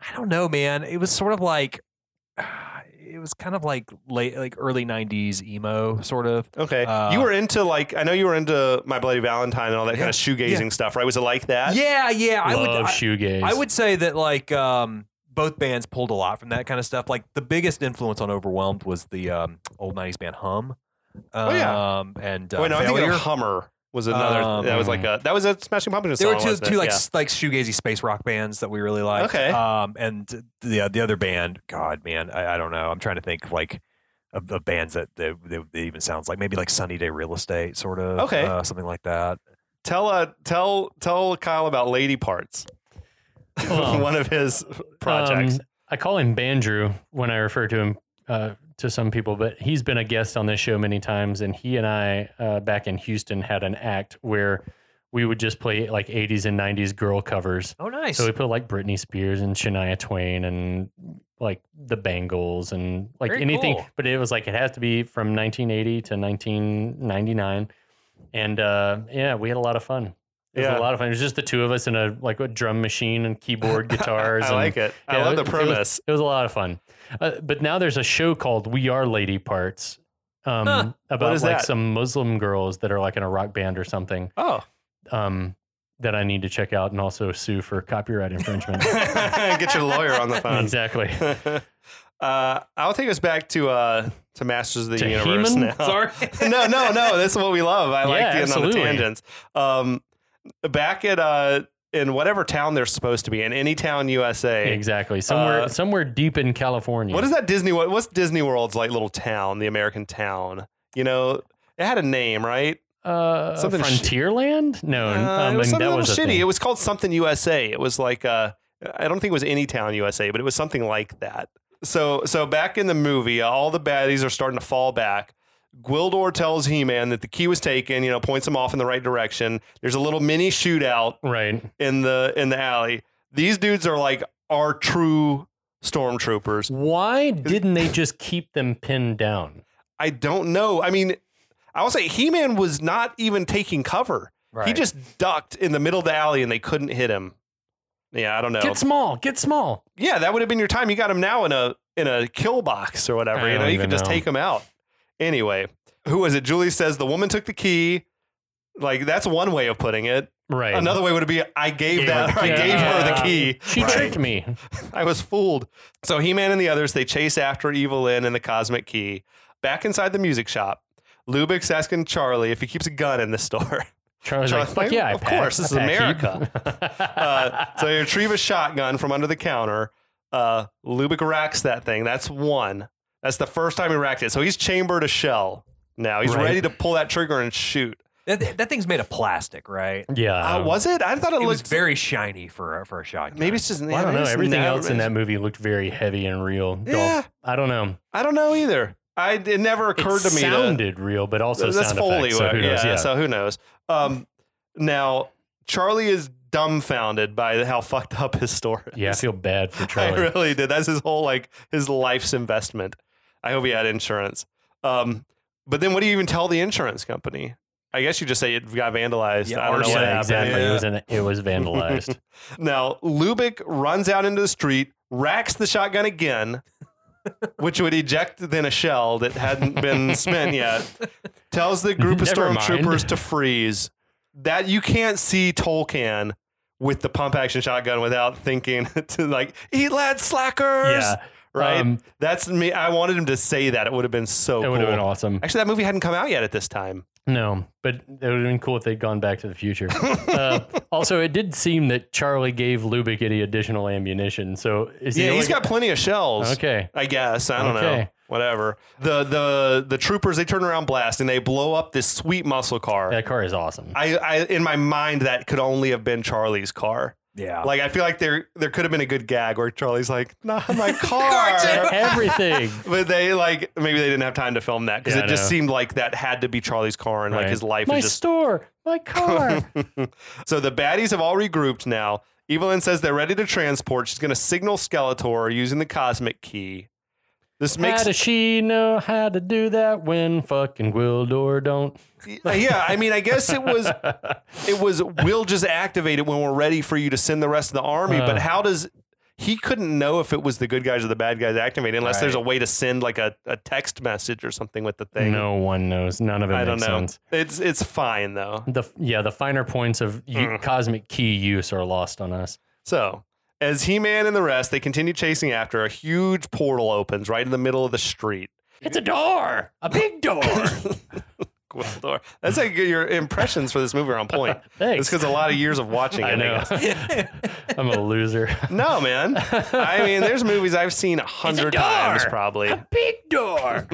Speaker 4: I don't know, man. It was sort of like. It was kind of like late, like early '90s emo, sort of.
Speaker 3: Okay.
Speaker 4: Uh,
Speaker 3: you were into like, I know you were into My Bloody Valentine and all that kind of shoegazing stuff, right? Was it like that?
Speaker 4: Yeah, yeah. I would,
Speaker 2: Love
Speaker 4: I-
Speaker 2: shoegaze.
Speaker 4: I would say that like um, both bands pulled a lot from that kind of stuff. Like the biggest influence on Overwhelmed was the um, old '90s band Hum.
Speaker 3: Oh,
Speaker 4: Um,
Speaker 3: yeah.
Speaker 4: and uh,
Speaker 3: Wait, no, I think
Speaker 4: Failure.
Speaker 3: a Hummer was another.
Speaker 4: Um,
Speaker 3: that was like a that was a Smashing Pumpkins
Speaker 4: there
Speaker 3: song.
Speaker 4: were two,
Speaker 3: wasn't it?
Speaker 4: two like
Speaker 3: Yeah.
Speaker 4: s like shoegazy space rock bands that we really liked.
Speaker 3: Okay.
Speaker 4: Um, and the the other band, God, man, I, I don't know. I'm trying to think of, like of, of bands that that, that that even sounds like maybe like Sunny Day Real Estate, sort of.
Speaker 3: Okay.
Speaker 4: uh, something like that.
Speaker 3: tell uh, tell tell Kyle about Lady Parts,
Speaker 2: Well,
Speaker 3: one of his projects.
Speaker 2: Um, I call him Bandrew when I refer to him uh, to some people, but he's been a guest on this show many times. And he and I, uh, back in Houston, had an act where we would just play like 80s and 90s girl covers.
Speaker 4: Oh, nice.
Speaker 2: So we put like Britney Spears and Shania Twain and like the Bangles and like
Speaker 4: Very
Speaker 2: anything.
Speaker 4: cool.
Speaker 2: But it was like it has to be from 1980 to 1999. And uh, yeah, we had a lot of fun. It was
Speaker 3: Yeah.
Speaker 2: a lot of fun. It was just the two of us in a like a drum machine and keyboard guitars.
Speaker 3: I
Speaker 2: and,
Speaker 3: like it. I
Speaker 2: yeah,
Speaker 3: love the
Speaker 2: it was-
Speaker 3: premise.
Speaker 2: It was a lot of fun. Uh, but now there's a show called We Are Lady Parts um,
Speaker 4: Huh.
Speaker 2: about
Speaker 3: is
Speaker 2: like
Speaker 3: that?
Speaker 2: some Muslim girls that are like in a rock band or something
Speaker 3: Oh,
Speaker 2: um, that I need to check out and also sue for copyright infringement.
Speaker 3: Oh. get your lawyer on the phone.
Speaker 2: exactly.
Speaker 3: uh, I'll take us back to uh, to Masters of the
Speaker 2: To
Speaker 3: Universe
Speaker 2: He-Man?
Speaker 3: now.
Speaker 4: Sorry.
Speaker 3: no, no, no. That's what we love. I like
Speaker 2: Yeah,
Speaker 3: getting on the
Speaker 2: absolutely.
Speaker 3: tangents. Um, back at uh, in whatever town they're supposed to be in, any town USA.
Speaker 2: Exactly. Somewhere
Speaker 3: Uh,
Speaker 2: somewhere deep in California.
Speaker 3: What is that Disney? What, what's Disney World's like little town? The American town. You know, it had a name, right?
Speaker 2: uh,
Speaker 3: Something sh-
Speaker 2: Frontierland? no,
Speaker 3: Uh,
Speaker 2: um,
Speaker 3: it was
Speaker 2: and
Speaker 3: something
Speaker 2: that
Speaker 3: a little
Speaker 2: was a
Speaker 3: shitty.
Speaker 2: thing.
Speaker 3: It was called something USA. It was like uh, I don't think it was any town USA, but it was something like that. So so back in the movie, uh, all the baddies are starting to fall back. Gwildor tells He-Man that the key was taken. You know, points him off in the right direction. There's a little mini shootout
Speaker 2: right.
Speaker 3: in the in the alley. These dudes are like our true stormtroopers.
Speaker 2: Why didn't they just keep them pinned down?
Speaker 3: I don't know. I mean, I will say He-Man was not even taking cover. He
Speaker 4: Right.
Speaker 3: just ducked in the middle of the alley and they couldn't hit him. Yeah, I don't know.
Speaker 2: Get small, get small.
Speaker 3: yeah, that would have been your time. You got him now in a in a kill box or whatever.
Speaker 2: I
Speaker 3: You know,
Speaker 2: don't
Speaker 3: you could
Speaker 2: even
Speaker 3: just
Speaker 2: know.
Speaker 3: take him out. Anyway, who was it? Julie says the woman took the key. Like that's one way of putting it.
Speaker 2: Right.
Speaker 3: Another way would be I gave,
Speaker 2: Gave
Speaker 3: that
Speaker 2: her
Speaker 3: I
Speaker 2: the key.
Speaker 3: gave her the
Speaker 2: Yeah.
Speaker 3: key.
Speaker 2: She
Speaker 3: Right.
Speaker 2: tricked me.
Speaker 3: I was fooled. So He Man and the others, they chase after Evil Lyn and the Cosmic Key. Back inside the music shop, Lubick's asking Charlie if he keeps a gun in the store.
Speaker 2: Charlie's
Speaker 3: Charlie's
Speaker 2: like,
Speaker 3: like,
Speaker 2: "Fuck yeah, I
Speaker 3: of
Speaker 2: pack-
Speaker 3: course, this
Speaker 2: I
Speaker 3: is
Speaker 2: pack heat."
Speaker 3: Uh, so they retrieve a shotgun from under the counter. Uh, Lubick racks that thing. That's one. That's the first time he racked it. So he's chambered a shell now. He's
Speaker 2: Right.
Speaker 3: ready to pull that trigger and shoot.
Speaker 4: that, that thing's made of plastic, right?
Speaker 2: yeah. um,
Speaker 3: Uh, was it? I thought it,
Speaker 4: It was
Speaker 3: looked
Speaker 4: very shiny for a, for a shotgun.
Speaker 3: Maybe it's just.
Speaker 2: Well, I don't know. Everything else in that movie looked very heavy and real. Dolph.
Speaker 3: Yeah.
Speaker 2: I don't know.
Speaker 3: I don't know either. I it never
Speaker 2: It
Speaker 3: occurred to me. to-
Speaker 2: sounded real, but also
Speaker 3: that's
Speaker 2: sound
Speaker 3: Foley.
Speaker 2: effects. So
Speaker 3: work.
Speaker 2: who knows?
Speaker 3: Yeah,
Speaker 2: Yeah.
Speaker 3: So who knows? Um, now Charlie is dumbfounded by how fucked up his store is.
Speaker 2: Yeah, I feel bad for
Speaker 3: I
Speaker 2: Charlie.
Speaker 3: really did. That's his whole like his life's investment. I hope he had insurance. Um, but then what do you even tell the insurance company? I guess you just say it got vandalized.
Speaker 4: Yeah,
Speaker 3: I don't know
Speaker 4: arson,
Speaker 3: what
Speaker 2: yeah,
Speaker 3: happened.
Speaker 2: exactly.
Speaker 3: Yeah.
Speaker 2: It was an, it was vandalized.
Speaker 3: Now Lubick runs out into the street, racks the shotgun again, which would eject then a shell that hadn't been spent yet. Tells the group of
Speaker 2: Never mind.
Speaker 3: stormtroopers to freeze. That you can't see Tolkien with the pump action shotgun without thinking to like eat lad slackers.
Speaker 2: yeah,
Speaker 3: Right.
Speaker 2: Um,
Speaker 3: That's me. I wanted him to say that. It would have been so.
Speaker 2: it
Speaker 3: cool.
Speaker 2: would have been awesome.
Speaker 3: Actually, that movie hadn't come out yet at this time.
Speaker 2: No, but it would have been cool if they'd gone back to the future. uh, also, it did seem that Charlie gave Lubick any additional ammunition. So is he
Speaker 3: yeah,
Speaker 2: only
Speaker 3: he's got plenty of shells.
Speaker 2: okay.
Speaker 3: I guess. I don't know.
Speaker 2: Okay.
Speaker 3: Whatever. The the the troopers they turn around blast and they blow up this sweet muscle car.
Speaker 2: That car is awesome.
Speaker 3: I, I in my mind that could only have been Charlie's car.
Speaker 4: Yeah.
Speaker 3: Like I feel like there there could have been a good gag where Charlie's like, "Not my car."
Speaker 4: Car too.
Speaker 2: Everything.
Speaker 3: but they like maybe they didn't have time to film that because
Speaker 2: Yeah,
Speaker 3: it
Speaker 2: I
Speaker 3: just
Speaker 2: know.
Speaker 3: seemed like that had to be Charlie's car and like
Speaker 2: Right.
Speaker 3: his life
Speaker 2: my
Speaker 3: is just
Speaker 2: store, my car.
Speaker 3: so the baddies have all regrouped now. Evelyn says they're ready to transport. She's going to signal Skeletor using the cosmic key. This
Speaker 2: how
Speaker 3: makes
Speaker 2: does she know how to do that when fucking Gwildor don't?
Speaker 3: yeah. I mean, I guess it was it was we'll just activate it when we're ready for you to send the rest of the army. but
Speaker 2: Uh.
Speaker 3: how does he couldn't know if it was the good guys or the bad guys activating unless there's a
Speaker 4: Right.
Speaker 3: way to send like a, a text message or something with the thing.
Speaker 2: No one knows. None of it
Speaker 3: I don't
Speaker 2: makes
Speaker 3: know.
Speaker 2: sense.
Speaker 3: It's it's fine though.
Speaker 2: The yeah, the finer points of u-
Speaker 3: Mm.
Speaker 2: cosmic key use are lost on us.
Speaker 3: So, as He Man and the rest, they continue chasing after, a huge portal opens right in the middle of the street.
Speaker 2: It's a door, a big door.
Speaker 3: Gwildor. That's like your impressions for this movie are on point. It's
Speaker 2: Thanks.
Speaker 3: because a lot of years of watching it.
Speaker 2: I
Speaker 3: I
Speaker 2: know.
Speaker 3: guess.
Speaker 2: I'm a loser.
Speaker 3: No, man. I mean, there's movies I've seen a hundred times
Speaker 2: door.
Speaker 3: probably.
Speaker 2: big door.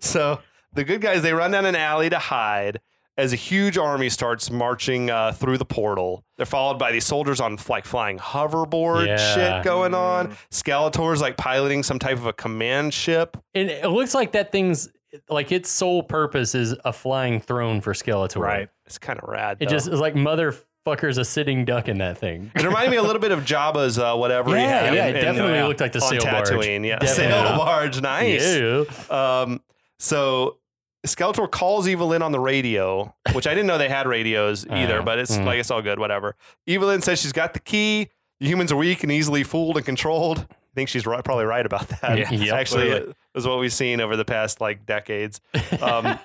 Speaker 3: So the good guys they run down an alley to hide, as a huge army starts marching uh, through the portal. They're followed by these soldiers on like flying hoverboard
Speaker 2: Yeah.
Speaker 3: shit going on.
Speaker 4: Mm.
Speaker 3: Skeletor's like piloting some type of a command ship.
Speaker 2: And it looks like that thing's like its sole purpose is a flying throne for Skeletor.
Speaker 4: Right.
Speaker 3: It's kind of rad.
Speaker 2: It
Speaker 3: though.
Speaker 2: just is like motherfucker's a sitting duck in that thing.
Speaker 3: It reminded me a little bit of Jabba's uh, whatever he
Speaker 2: Yeah,
Speaker 3: had.
Speaker 2: yeah,
Speaker 3: in-
Speaker 2: it
Speaker 3: in,
Speaker 2: definitely
Speaker 3: uh,
Speaker 2: looked like the
Speaker 3: on
Speaker 2: sail barge.
Speaker 3: Tatooine. Yeah,
Speaker 2: Definitely.
Speaker 3: sail barge. Nice.
Speaker 2: Yeah.
Speaker 3: Um, so Skeletor calls Evelyn on the radio, which I didn't know they had radios either,
Speaker 2: Oh,
Speaker 3: but it's
Speaker 2: mm.
Speaker 3: like it's all good. Whatever. Evelyn says she's got the key. The humans are weak and easily fooled and controlled. I think she's right, probably right about that.
Speaker 2: Yeah. Yep.
Speaker 3: actually,
Speaker 2: Clearly.
Speaker 3: it was what we've seen over the past like decades. Um,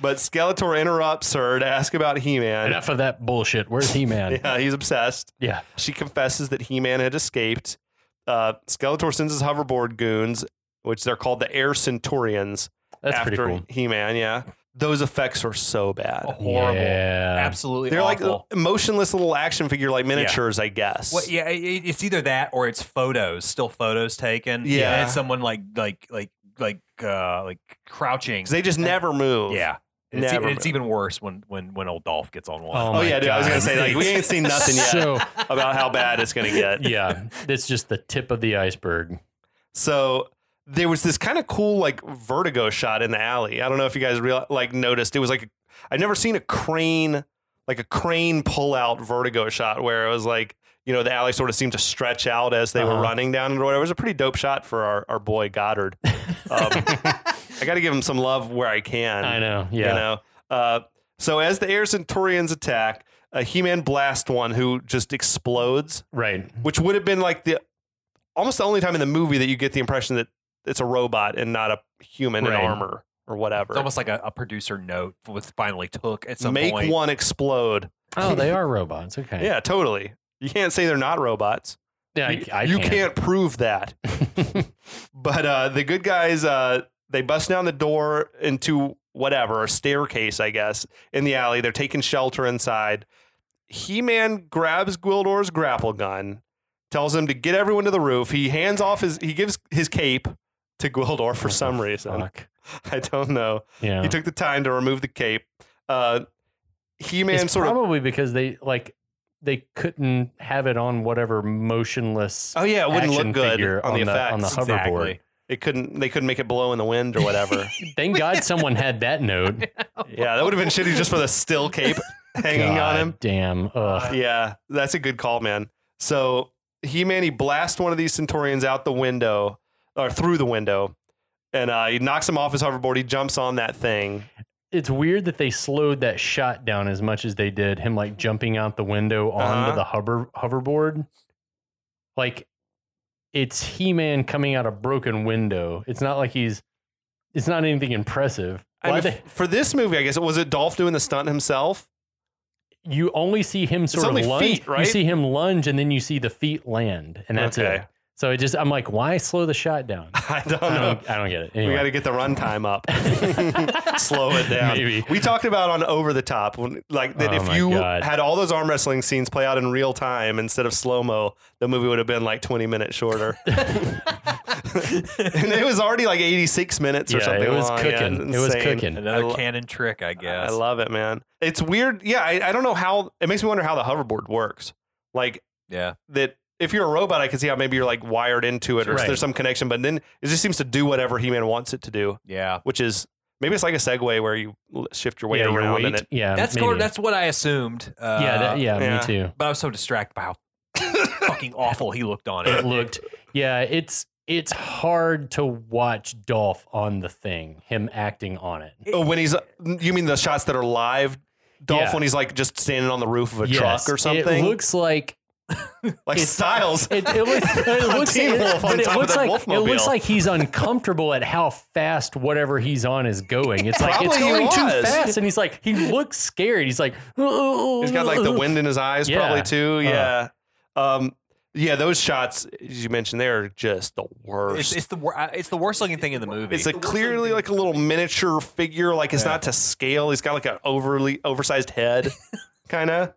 Speaker 3: but Skeletor interrupts her to ask about He-Man.
Speaker 2: Enough of that bullshit. Where's He Man?
Speaker 3: Yeah, he's obsessed.
Speaker 2: yeah.
Speaker 3: She confesses that He Man had escaped. Uh, Skeletor sends his hoverboard goons, which they're called the Air Centurions,
Speaker 2: That's
Speaker 3: after
Speaker 2: pretty cool.
Speaker 3: He Man. Yeah. Those effects are so bad.
Speaker 4: Horrible.
Speaker 2: Yeah.
Speaker 4: Absolutely
Speaker 3: they're
Speaker 4: awful.
Speaker 3: like motionless little action figure like miniatures, I guess.
Speaker 4: Well, yeah, it- it- it's either that or it's photos, still photos taken.
Speaker 3: Yeah.
Speaker 4: and it's someone like like like like uh like crouching.
Speaker 3: 'Cause they just never move.
Speaker 4: yeah, it's, e-
Speaker 3: Never
Speaker 4: it's
Speaker 3: move.
Speaker 4: even worse when when when old Dolph gets on one.
Speaker 2: Oh,
Speaker 3: Oh,
Speaker 2: my
Speaker 3: yeah, dude. I was
Speaker 2: God.
Speaker 3: going to say, like, we ain't seen nothing yet
Speaker 2: So,
Speaker 3: about how bad it's going to get.
Speaker 2: yeah, it's just the tip of the iceberg.
Speaker 3: So there was this kind of cool like vertigo shot in the alley. I don't know if you guys real like noticed. It was like I've never seen a crane like a crane pull out vertigo shot where it was like you know the alley sort of seemed to stretch out as they were
Speaker 2: Uh-huh.
Speaker 3: running down and whatever. It was a pretty dope shot for our, our boy Goddard. Um, I got to give him some love where I can.
Speaker 2: I know. Yeah.
Speaker 3: You know. Uh, so as the Air Centurions attack, uh, He-Man blasts one who just explodes
Speaker 2: Right.
Speaker 3: which would have been like the almost the only time in the movie that you get the impression that it's a robot and not a human
Speaker 2: Right.
Speaker 3: in armor or whatever.
Speaker 4: It's almost like a, a producer note was finally took at some
Speaker 3: Make
Speaker 4: point.
Speaker 3: one explode.
Speaker 2: Oh, they are robots. Okay.
Speaker 3: Yeah, totally. You can't say they're not robots.
Speaker 2: Yeah, I,
Speaker 3: you,
Speaker 2: I
Speaker 3: you
Speaker 2: can't.
Speaker 3: can't prove that. But uh, the good guys, uh, they bust down the door into whatever, a staircase, I guess, in the alley. They're taking shelter inside. He Man grabs Gwildor's grapple gun, tells him to get everyone to the roof. He hands off his, he gives his cape to Gwildor for
Speaker 2: What
Speaker 3: some
Speaker 2: the
Speaker 3: reason.
Speaker 2: Fuck.
Speaker 3: I don't know.
Speaker 2: Yeah.
Speaker 3: He took the time to remove the cape. Uh, he Man
Speaker 2: it's
Speaker 3: sort of.
Speaker 2: probably because they like they couldn't have it on whatever motionless
Speaker 3: Oh yeah, it wouldn't
Speaker 2: action
Speaker 3: look good
Speaker 2: figure
Speaker 3: on, the effects.
Speaker 2: on the hoverboard.
Speaker 4: Exactly.
Speaker 3: it couldn't. They couldn't make it blow in the wind or whatever.
Speaker 2: Thank God someone had that note
Speaker 3: Yeah, that would have been shitty just for the still cape hanging
Speaker 2: God
Speaker 3: on him.
Speaker 2: Damn. Ugh.
Speaker 3: Yeah, that's a good call, man. So he man he blasts one of these Centaurians out the window or through the window, and uh, he knocks him off his hoverboard. He jumps on that thing.
Speaker 2: It's weird that they slowed that shot down as much as they did him like jumping out the window
Speaker 3: Uh-huh.
Speaker 2: onto the hover hoverboard. Like it's He Man coming out a broken window. It's not like he's. It's not anything impressive.
Speaker 3: I
Speaker 2: Why
Speaker 3: mean,
Speaker 2: they,
Speaker 3: for this movie, I guess was it Dolph doing the stunt himself?
Speaker 2: you only see him sort
Speaker 3: only
Speaker 2: of lunge.
Speaker 3: feet, right?
Speaker 2: You see him lunge, and then you see the feet land, and that's
Speaker 3: Okay.
Speaker 2: it. So it just, I'm like, why slow the shot down?
Speaker 3: I don't
Speaker 2: I
Speaker 3: know.
Speaker 2: don't, I don't get it.
Speaker 3: We
Speaker 2: Anyway.
Speaker 3: got to get the runtime up. Slow it down.
Speaker 2: Maybe.
Speaker 3: We talked about on Over the Top, when, like that
Speaker 2: Oh
Speaker 3: if
Speaker 2: my
Speaker 3: you
Speaker 2: God.
Speaker 3: had all those arm wrestling scenes play out in real time instead of slow mo, the movie would have been like 20 minutes shorter. and it was already like 86 minutes or
Speaker 2: Yeah,
Speaker 3: something.
Speaker 2: it was
Speaker 3: long. Yeah,
Speaker 2: cooking. it was
Speaker 3: insane.
Speaker 2: cooking.
Speaker 4: Another
Speaker 3: I lo-
Speaker 4: canon trick, I guess.
Speaker 3: I love it, man. It's weird. Yeah, I, I don't know how it makes me wonder how the hoverboard works. Like
Speaker 4: yeah,
Speaker 3: that. If you're a robot, I can see how maybe you're like wired into it or
Speaker 2: Right.
Speaker 3: there's some connection, but then it just seems to do whatever He Man wants it to do
Speaker 4: yeah.
Speaker 3: which is maybe it's like a segue where you l- shift your weight
Speaker 2: yeah, your
Speaker 3: around and
Speaker 2: weight.
Speaker 3: it.
Speaker 2: Yeah,
Speaker 4: That's
Speaker 2: maybe.
Speaker 4: Gordon, that's what I assumed. Uh,
Speaker 2: yeah, that, yeah,
Speaker 3: yeah.
Speaker 2: me too.
Speaker 4: But I was so distracted by how fucking awful he looked on
Speaker 2: It
Speaker 4: it.
Speaker 2: looked. Yeah, it's it's hard to watch Dolph on the thing, him acting on it.
Speaker 3: Oh, when he's you mean the shots that are live, Dolph
Speaker 2: Yeah.
Speaker 3: when he's like just standing on the roof of a
Speaker 2: Yes,
Speaker 3: truck or something,
Speaker 2: It looks like
Speaker 3: like
Speaker 2: it's-
Speaker 3: Styles.
Speaker 2: It, it looks, it
Speaker 3: On
Speaker 2: looks,
Speaker 3: Teen
Speaker 2: it-
Speaker 3: Wolf on
Speaker 2: but it
Speaker 3: top of
Speaker 2: looks
Speaker 3: that
Speaker 2: like it
Speaker 3: Wolfmobile.
Speaker 2: looks like he's uncomfortable at how fast whatever he's on is going. It's like
Speaker 3: Probably
Speaker 2: it's
Speaker 3: he
Speaker 2: going too
Speaker 3: was.
Speaker 2: fast, and he's like he looks scared. He's like
Speaker 3: he's got like the wind in his eyes,
Speaker 2: Yeah. Uh-huh.
Speaker 3: probably too. Yeah, um, yeah. Those shots as you mentioned, they're just the
Speaker 4: It's,
Speaker 3: worst.
Speaker 4: it's the wor- I- it's the worst looking thing in the movie.
Speaker 3: It's a clearly like a little miniature figure. Like it's
Speaker 4: Yeah.
Speaker 3: not to scale. He's got like an overly oversized head, kind of.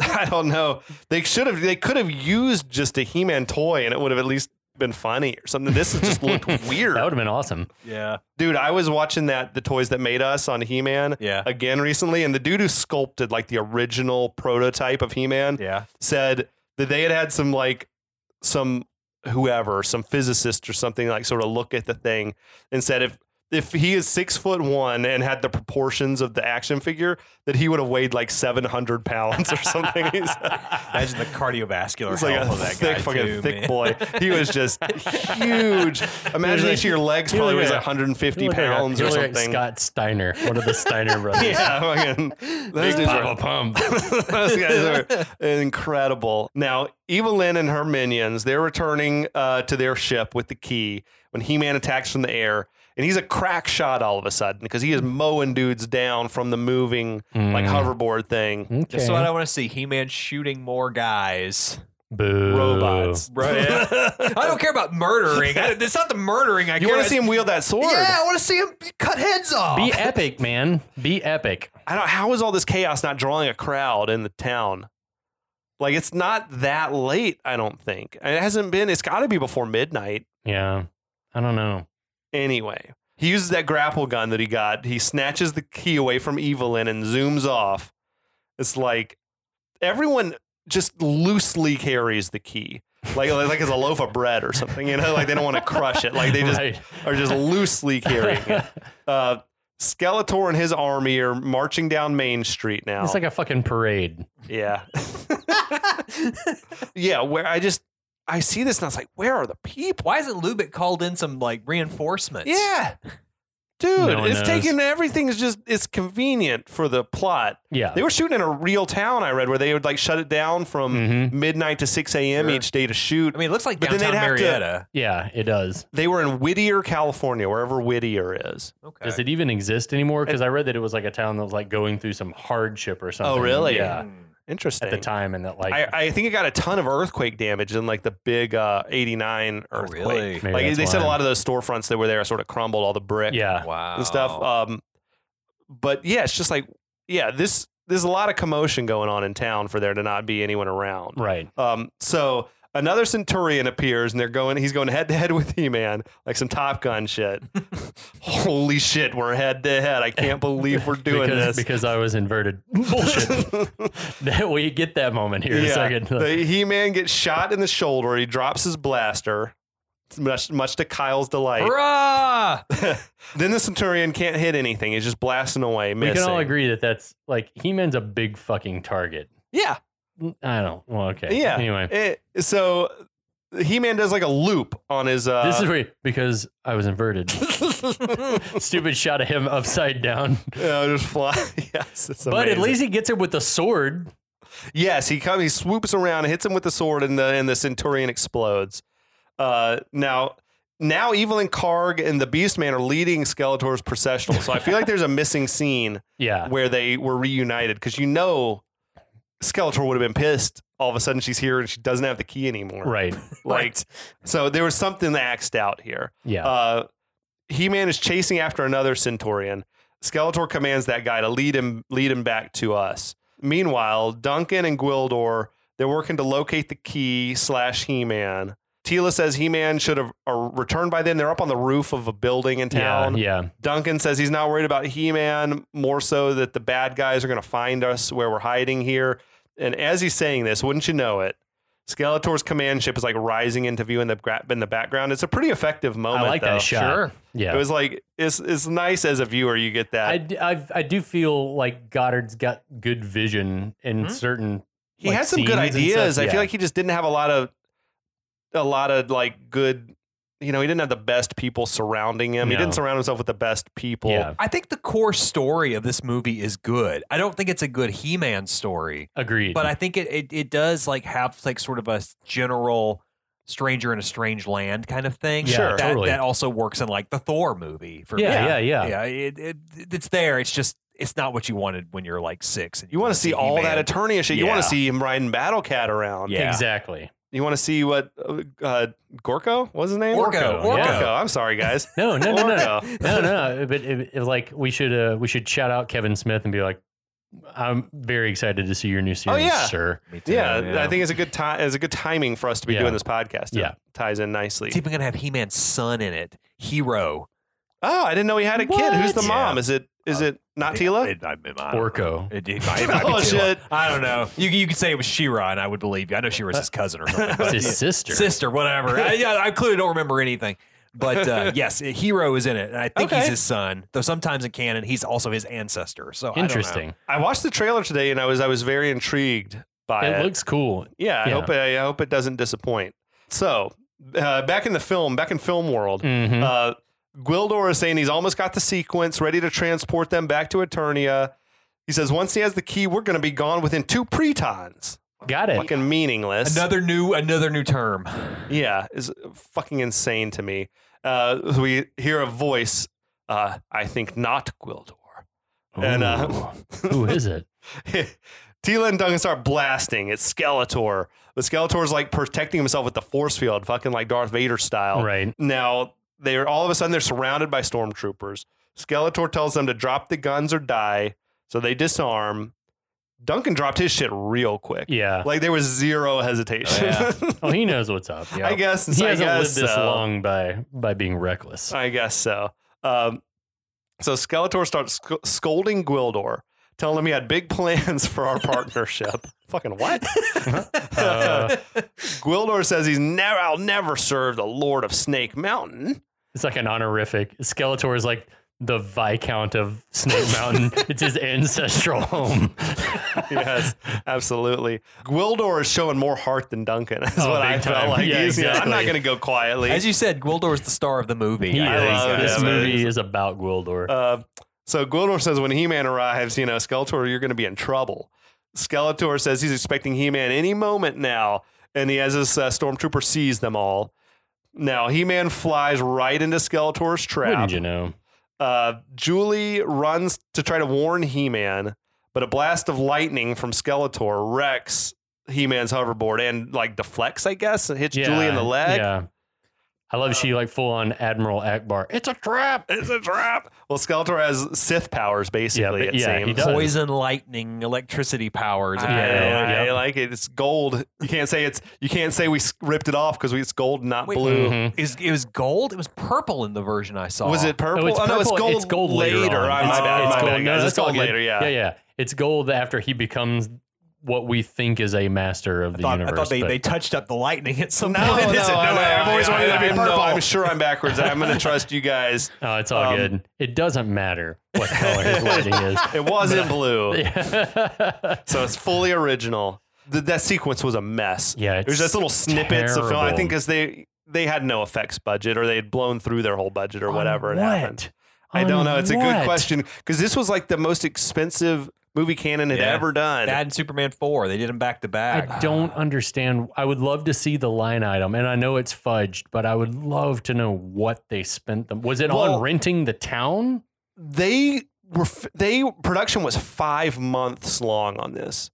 Speaker 3: I don't know. They should have. They could have used just a He-Man toy, and it would have at least been funny or something. This has just looked weird.
Speaker 2: That would have been awesome.
Speaker 4: Yeah.
Speaker 3: Dude, I was watching that the toys that made us on He Man
Speaker 4: Yeah.
Speaker 3: again recently, and the dude who sculpted like the original prototype of He Man
Speaker 4: Yeah.
Speaker 3: said that they had had some like some whoever, some physicist or something like sort of look at the thing and said if if he is six foot one and had the proportions of the action figure, that he would have weighed like seven hundred pounds or something. He's
Speaker 4: Imagine the cardiovascular
Speaker 3: It's
Speaker 4: health
Speaker 3: like a
Speaker 4: of that
Speaker 3: thick,
Speaker 4: guy
Speaker 3: fucking
Speaker 4: too,
Speaker 3: thick
Speaker 4: man.
Speaker 3: boy. He was just huge. Imagine
Speaker 2: like-
Speaker 3: each of your legs
Speaker 2: he
Speaker 3: probably
Speaker 2: looked
Speaker 3: was
Speaker 2: like a-
Speaker 3: 150
Speaker 2: You look like a-
Speaker 3: pounds
Speaker 2: you
Speaker 3: or
Speaker 2: look like
Speaker 3: something.
Speaker 2: Scott Steiner, one of the Steiner brothers.
Speaker 3: Yeah, fucking. Those dudes are
Speaker 2: pump.
Speaker 3: Those guys are incredible. Now, Evelyn and her minions, they're returning uh, to their ship with the key when He Man attacks from the air. And he's a crack shot all of a sudden because he is mowing dudes down from the moving, like, hoverboard thing.
Speaker 2: Okay.
Speaker 4: That's what I want to see. He Man shooting more guys.
Speaker 2: Boo.
Speaker 3: Robots.
Speaker 4: Right. I don't care about murdering. I, it's not the murdering. I
Speaker 3: You
Speaker 4: care.
Speaker 3: want to
Speaker 4: it's-
Speaker 3: see him wield that sword?
Speaker 4: Yeah, I want to see him cut heads off.
Speaker 2: Be epic, man. Be epic.
Speaker 3: I don't. How is all this chaos not drawing a crowd in the town? Like it's not that late. I don't think And it hasn't been. It's got to be before midnight
Speaker 2: Yeah. I don't know.
Speaker 3: anyway. He uses that grapple gun that he got. He snatches the key away from Evelyn and zooms off. It's like everyone just loosely carries the key. Like, like it's a loaf of bread or something, you know? Like they don't want to crush it. Like they just
Speaker 2: Right.
Speaker 3: are just loosely carrying it. Uh, Skeletor and his army are marching down Main Street now.
Speaker 2: It's like a fucking parade.
Speaker 3: Yeah. yeah, where I just I see this and I was like, where are the people?
Speaker 4: Why isn't Lubick called in some like reinforcements?
Speaker 3: Yeah. Dude,
Speaker 2: No one
Speaker 3: it's
Speaker 2: knows.
Speaker 3: taking everything's just it's convenient for the plot.
Speaker 2: Yeah.
Speaker 3: They were shooting in a real town I read where they would like shut it down from
Speaker 2: Mhm.
Speaker 3: midnight to six AM
Speaker 4: Sure.
Speaker 3: each day to shoot.
Speaker 4: I mean, it looks like
Speaker 3: But then
Speaker 4: downtown
Speaker 3: they'd have to-
Speaker 4: Marietta.
Speaker 2: Yeah, it does.
Speaker 3: they were in Whittier, California, wherever Whittier is.
Speaker 4: Okay.
Speaker 2: Does it even exist anymore? Because I read that it was like a town that was like going through some hardship or something.
Speaker 3: Oh, really?
Speaker 2: Yeah.
Speaker 3: Interesting.
Speaker 2: At the time, and that like
Speaker 3: I, I think it got a ton of earthquake damage in like the big uh, 89
Speaker 4: Oh,
Speaker 3: earthquake.
Speaker 4: really?
Speaker 2: maybe
Speaker 3: like
Speaker 2: that's
Speaker 3: they said a
Speaker 2: why.
Speaker 3: lot of those storefronts that were there sort of crumbled all the brick
Speaker 2: Yeah.
Speaker 4: Wow.
Speaker 3: and
Speaker 2: Oh.
Speaker 3: stuff um but yeah it's just like yeah this there's a lot of commotion going on in town for there to not be anyone around
Speaker 2: Right.
Speaker 3: um so another centurion appears and they're going he's going head to head with he-man like some top gun shit holy shit we're head to head i can't believe we're doing
Speaker 2: because,
Speaker 3: this
Speaker 2: because I was inverted. Bullshit. That we get that moment here in a second.
Speaker 3: The He Man gets shot in the shoulder. He drops his blaster, much, much to Kyle's delight.
Speaker 4: Hurrah!
Speaker 3: then the Centurion can't hit anything. He's just blasting away,
Speaker 2: we
Speaker 3: missing.
Speaker 2: can all agree that that's like He Man's a big fucking target.
Speaker 3: Yeah.
Speaker 2: I don't. Well, okay.
Speaker 3: Yeah.
Speaker 2: Anyway,
Speaker 3: It, Eh, so He Man does like a loop on his. Uh,
Speaker 2: this is where, because I was inverted. Stupid shot of him upside down.
Speaker 3: uh, just fly. yes, it's
Speaker 2: But at
Speaker 3: amazing.
Speaker 2: least he gets it with the sword.
Speaker 3: yes, he comes. He swoops around, hits him with the sword, and the and the Centurion explodes. Uh, now. Now Evelyn Karg and the Beastman are leading Skeletor's processional, so I feel like there's a missing scene
Speaker 2: Yeah.
Speaker 3: where they were reunited because you know Skeletor would have been pissed. All of a sudden, she's here and she doesn't have the key anymore.
Speaker 2: Right.
Speaker 3: Like, so there was something that axed out here.
Speaker 2: Yeah.
Speaker 3: Uh, he Man is chasing after another Centaurian. Skeletor commands that guy to lead him lead him back to us. Meanwhile, Duncan and Gwildor they're working to locate the key slash He Man. Tila says He Man should have uh, returned by then. They're up on the roof of a building in
Speaker 2: yeah.
Speaker 3: town.
Speaker 2: Yeah.
Speaker 3: Duncan says he's not worried about He Man, more so that the bad guys are going to find us where we're hiding here. And as he's saying this, wouldn't you know it? Skeletor's command ship is like rising into view in the gra- in the background. It's a pretty effective moment.
Speaker 2: I like
Speaker 3: though.
Speaker 2: that shot.
Speaker 4: Sure.
Speaker 2: Yeah.
Speaker 3: It was like it's it's nice as a viewer you get that.
Speaker 2: I, d- I've- I do feel like Goddard's got good vision in
Speaker 4: Hmm?
Speaker 2: certain.
Speaker 3: he
Speaker 2: like,
Speaker 3: had some good
Speaker 2: scenes and
Speaker 3: ideas.
Speaker 2: stuff,
Speaker 3: I
Speaker 2: yeah.
Speaker 3: feel like he just didn't have a lot of a lot of like good. You know, he didn't have the best people surrounding him. He
Speaker 2: No.
Speaker 3: didn't surround himself with the best people.
Speaker 2: Yeah.
Speaker 4: I think the core story of this movie is good. I don't think it's a good He-Man story,
Speaker 2: Agreed.
Speaker 4: but I think it it, it does like have like sort of a general stranger in a strange land kind of thing.
Speaker 2: Yeah,
Speaker 3: Sure.
Speaker 4: that,
Speaker 2: totally.
Speaker 4: that also works in like the Thor movie for me.
Speaker 2: yeah, yeah, yeah.
Speaker 4: yeah. It, it, it's there. It's just it's not what you wanted when you're like six. And
Speaker 3: You want
Speaker 4: wanna
Speaker 3: to see all
Speaker 4: He-Man.
Speaker 3: that attorney shit. You want
Speaker 4: Yeah.
Speaker 3: to see him riding Battle Cat around.
Speaker 4: Yeah.
Speaker 2: Exactly.
Speaker 3: You want to see what uh, uh, Gorko was his name?
Speaker 4: Orko.
Speaker 2: Orko,
Speaker 4: Orko.
Speaker 2: yeah.
Speaker 3: Gorko. I'm sorry, guys.
Speaker 2: No, no, no, no,
Speaker 3: Orko.
Speaker 2: no, no. But it, it, like we should, uh, we should shout out Kevin Smith and be like, I'm very excited to see your new series,
Speaker 3: yeah.
Speaker 2: sir.
Speaker 4: Me too,
Speaker 3: Yeah, I think it's a good time. It's a good timing for us to be
Speaker 2: Yeah.
Speaker 3: doing this podcast. It
Speaker 2: Yeah.
Speaker 3: ties in nicely.
Speaker 4: it's even gonna have He-Man's son in it. Hero.
Speaker 3: Oh, I didn't know he had a kid. Who's the
Speaker 4: What?
Speaker 3: mom?
Speaker 4: Yeah.
Speaker 3: Is it is it not Tila?
Speaker 4: It, it, I, it, I,
Speaker 2: Orko.
Speaker 4: It, it might- it might be
Speaker 3: Oh,
Speaker 4: Tila.
Speaker 3: shit.
Speaker 4: I don't know. You you could say it was Shira, and I would believe you. I know Shira's his cousin or something.
Speaker 2: It's
Speaker 4: but-
Speaker 2: his sister.
Speaker 4: sister, whatever. I, yeah, I clearly don't remember anything. But uh, yes, Hero is in it, and I think he's
Speaker 3: Okay.
Speaker 4: his son. Though sometimes in canon, he's also his ancestor. So I don't know.
Speaker 2: Interesting.
Speaker 3: I watched the trailer today and I was I was very intrigued by it.
Speaker 2: It looks cool.
Speaker 3: yeah, I
Speaker 2: yeah.
Speaker 3: hope I, I hope it doesn't disappoint. So uh, back in the film, back in film world,
Speaker 2: Mhm.
Speaker 3: uh, Gwildor is saying he's almost got the sequence ready to transport them back to Eternia. He says once he has the key, we're going to be gone within two pretons.
Speaker 2: Got it.
Speaker 3: Fucking meaningless.
Speaker 4: Another new, another new term.
Speaker 3: Yeah, is fucking insane to me. Uh, so we hear a voice. Uh, I think not Gwildor. And uh,
Speaker 2: Ooh. Who is it?
Speaker 3: Tila and Duncan start blasting. It's Skeletor. But Skeletor's like protecting himself with the force field, fucking like Darth Vader style.
Speaker 2: Right.
Speaker 3: Now they're all of a sudden they're surrounded by stormtroopers. Skeletor tells them to drop the guns or die, so they disarm. Duncan dropped his shit real quick.
Speaker 2: Yeah.
Speaker 3: Like there was zero hesitation.
Speaker 4: Yeah.
Speaker 2: Oh, he knows what's up.
Speaker 4: Yeah.
Speaker 3: I guess
Speaker 2: He
Speaker 3: I
Speaker 2: hasn't
Speaker 3: guess uh,
Speaker 2: lived this
Speaker 3: so.
Speaker 2: long by by being reckless.
Speaker 3: I guess so. Um, so Skeletor starts sc- scolding Gwildor, telling him he had big plans for our partnership. Fucking what?
Speaker 2: Uh,
Speaker 3: Gwildor says he's never, I'll never serve the Lord of Snake Mountain.
Speaker 2: It's like an honorific. Skeletor is like the Viscount of Snake Mountain. it's his ancestral home.
Speaker 3: Yes, absolutely. Gwildor is showing more heart than Duncan. That's
Speaker 2: Oh,
Speaker 3: what
Speaker 2: big
Speaker 3: I
Speaker 2: time.
Speaker 3: felt like.
Speaker 2: Yeah,
Speaker 3: He's, you know, I'm not
Speaker 2: exactly.
Speaker 3: going to go quietly.
Speaker 4: As you said, Gwildor is the star of the movie.
Speaker 2: He
Speaker 4: I
Speaker 3: is.
Speaker 4: think
Speaker 3: love
Speaker 2: is. This
Speaker 3: it, man.
Speaker 2: movie is about Gwildor.
Speaker 3: Uh, so Gwildor says when He-Man arrives, you know, Skeletor, you're going to be in trouble. Skeletor says he's expecting He-Man any moment now, and he has his uh, stormtrooper seize them all. Now He-Man flies right into Skeletor's trap.
Speaker 2: Wouldn't you know?
Speaker 3: Uh, Julie runs to try to warn He-Man, but a blast of lightning from Skeletor wrecks He-Man's hoverboard and like deflects, I guess, and hits Julie in the leg.
Speaker 2: Yeah. I love she like full on Admiral Akbar. It's a trap.
Speaker 3: It's a trap. Well, Skeletor has Sith powers, basically.
Speaker 2: but-
Speaker 3: it
Speaker 2: yeah, he
Speaker 3: seems.
Speaker 2: does.
Speaker 4: Poison, lightning, electricity powers.
Speaker 3: I,
Speaker 2: Yeah.
Speaker 3: I
Speaker 2: Yep.
Speaker 3: like it. It's gold. You can't say it's. You can't say we s- ripped it off because it's gold, not
Speaker 4: Wait,
Speaker 3: blue.
Speaker 2: Mhm.
Speaker 4: It was, it was gold. It was purple in the version I saw.
Speaker 3: Was it purple?
Speaker 2: Oh, it's
Speaker 3: no, it's
Speaker 2: purple.
Speaker 3: gold.
Speaker 2: It's gold
Speaker 3: later.
Speaker 2: later on.
Speaker 3: Ah, my
Speaker 4: It's-
Speaker 3: bad.
Speaker 4: it's
Speaker 3: my
Speaker 4: gold.
Speaker 3: bad,
Speaker 2: No,
Speaker 3: guys.
Speaker 2: that's
Speaker 3: It's gold
Speaker 2: all good.
Speaker 3: later.
Speaker 2: Yeah,
Speaker 3: Yeah.
Speaker 2: yeah. It's gold after he becomes what we think is a master of the
Speaker 4: I thought,
Speaker 2: universe.
Speaker 4: I thought they,
Speaker 2: but-
Speaker 4: they touched up the lightning at some
Speaker 3: No,
Speaker 4: point.
Speaker 3: no,
Speaker 4: Listen,
Speaker 3: no,
Speaker 4: no,
Speaker 3: I've always
Speaker 4: I-
Speaker 3: wanted
Speaker 4: I-
Speaker 3: to be
Speaker 4: I-
Speaker 3: purple.
Speaker 4: no.
Speaker 3: I'm sure I'm backwards. I'm going to trust you guys.
Speaker 2: oh, it's all
Speaker 3: um,
Speaker 2: good. It doesn't matter what color his lighting is.
Speaker 3: It wasn't blue,
Speaker 2: yeah,
Speaker 3: so it's fully original. Th- that sequence was a mess.
Speaker 2: it's
Speaker 3: It was just little snippets of film. I
Speaker 2: terrible.
Speaker 3: think because they they had no effects budget, or they had blown through their whole budget, or
Speaker 2: On
Speaker 3: whatever it
Speaker 2: what?
Speaker 3: happened. I
Speaker 2: On
Speaker 3: don't know. It's a
Speaker 2: what?
Speaker 3: good question because this was like the most expensive movie canon had
Speaker 4: Yeah.
Speaker 3: ever done.
Speaker 4: That and Superman 4. They did them back to back.
Speaker 2: I don't understand. I would love to see the line item, and I know it's fudged, but I would love to know what they spent them. Was it
Speaker 3: Well-
Speaker 2: on renting the town?
Speaker 3: they were f- they production was five months long on this.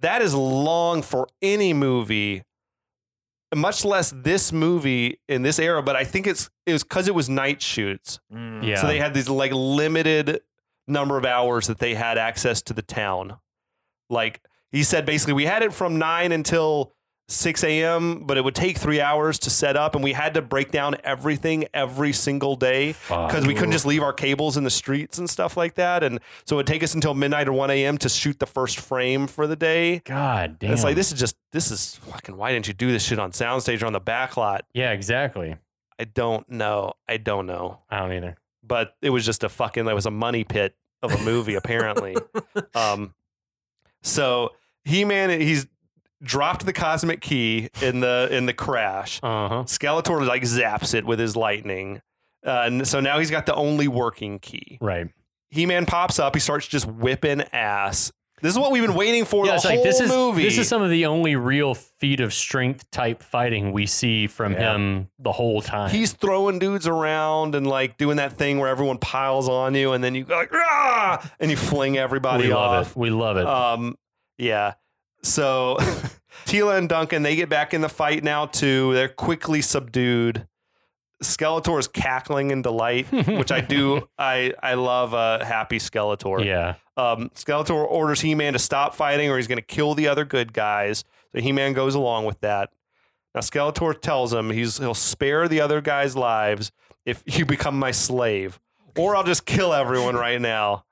Speaker 3: That is long for any movie, much less this movie in this era. But I think it's it was because it was night shoots,
Speaker 4: Mm.
Speaker 2: Yeah.
Speaker 3: so they had these like limited number of hours that they had access to the town. Like he said, basically we had it from nine until. 6 a.m., but it would take three hours to set up, and we had to break down everything every single day because we couldn't just leave our cables in the streets and stuff like that. And so it'd take us until midnight or 1 a.m. to shoot the first frame for the day.
Speaker 2: God
Speaker 3: And
Speaker 2: damn.
Speaker 3: It's like, this is just, this is fucking, why didn't you do this shit on soundstage or on the back lot?
Speaker 2: Yeah, exactly.
Speaker 3: I don't know. I don't know.
Speaker 2: I don't either.
Speaker 3: But it was just a fucking, that was a money pit of a movie, apparently. Um, so He Man, he's dropped the cosmic key in the in the crash.
Speaker 2: Uh huh.
Speaker 3: Skeletor like zaps it with his lightning. Uh, and so now he's got the only working key.
Speaker 2: Right.
Speaker 3: He Man pops up. He starts just whipping ass. This is what we've been waiting for the
Speaker 2: it's
Speaker 3: whole
Speaker 2: this is
Speaker 3: movie.
Speaker 2: this is some of the only real feat of strength type fighting we see from
Speaker 4: Yeah.
Speaker 2: him the whole time.
Speaker 3: He's throwing dudes around and like doing that thing where everyone piles on you, and then you go like ah, and you fling everybody
Speaker 2: we love
Speaker 3: off.
Speaker 2: it. We love it.
Speaker 3: Um, yeah. So Tila and Duncan they get back in the fight now too. They're quickly subdued. Skeletor's cackling in delight, which I do. I I love uh, happy Skeletor.
Speaker 2: yeah.
Speaker 3: Um, Skeletor orders He Man to stop fighting or he's going to kill the other good guys. So He Man goes along with that. Now Skeletor tells him he's he'll spare the other guys' lives if you become my slave, or I'll just kill everyone right now.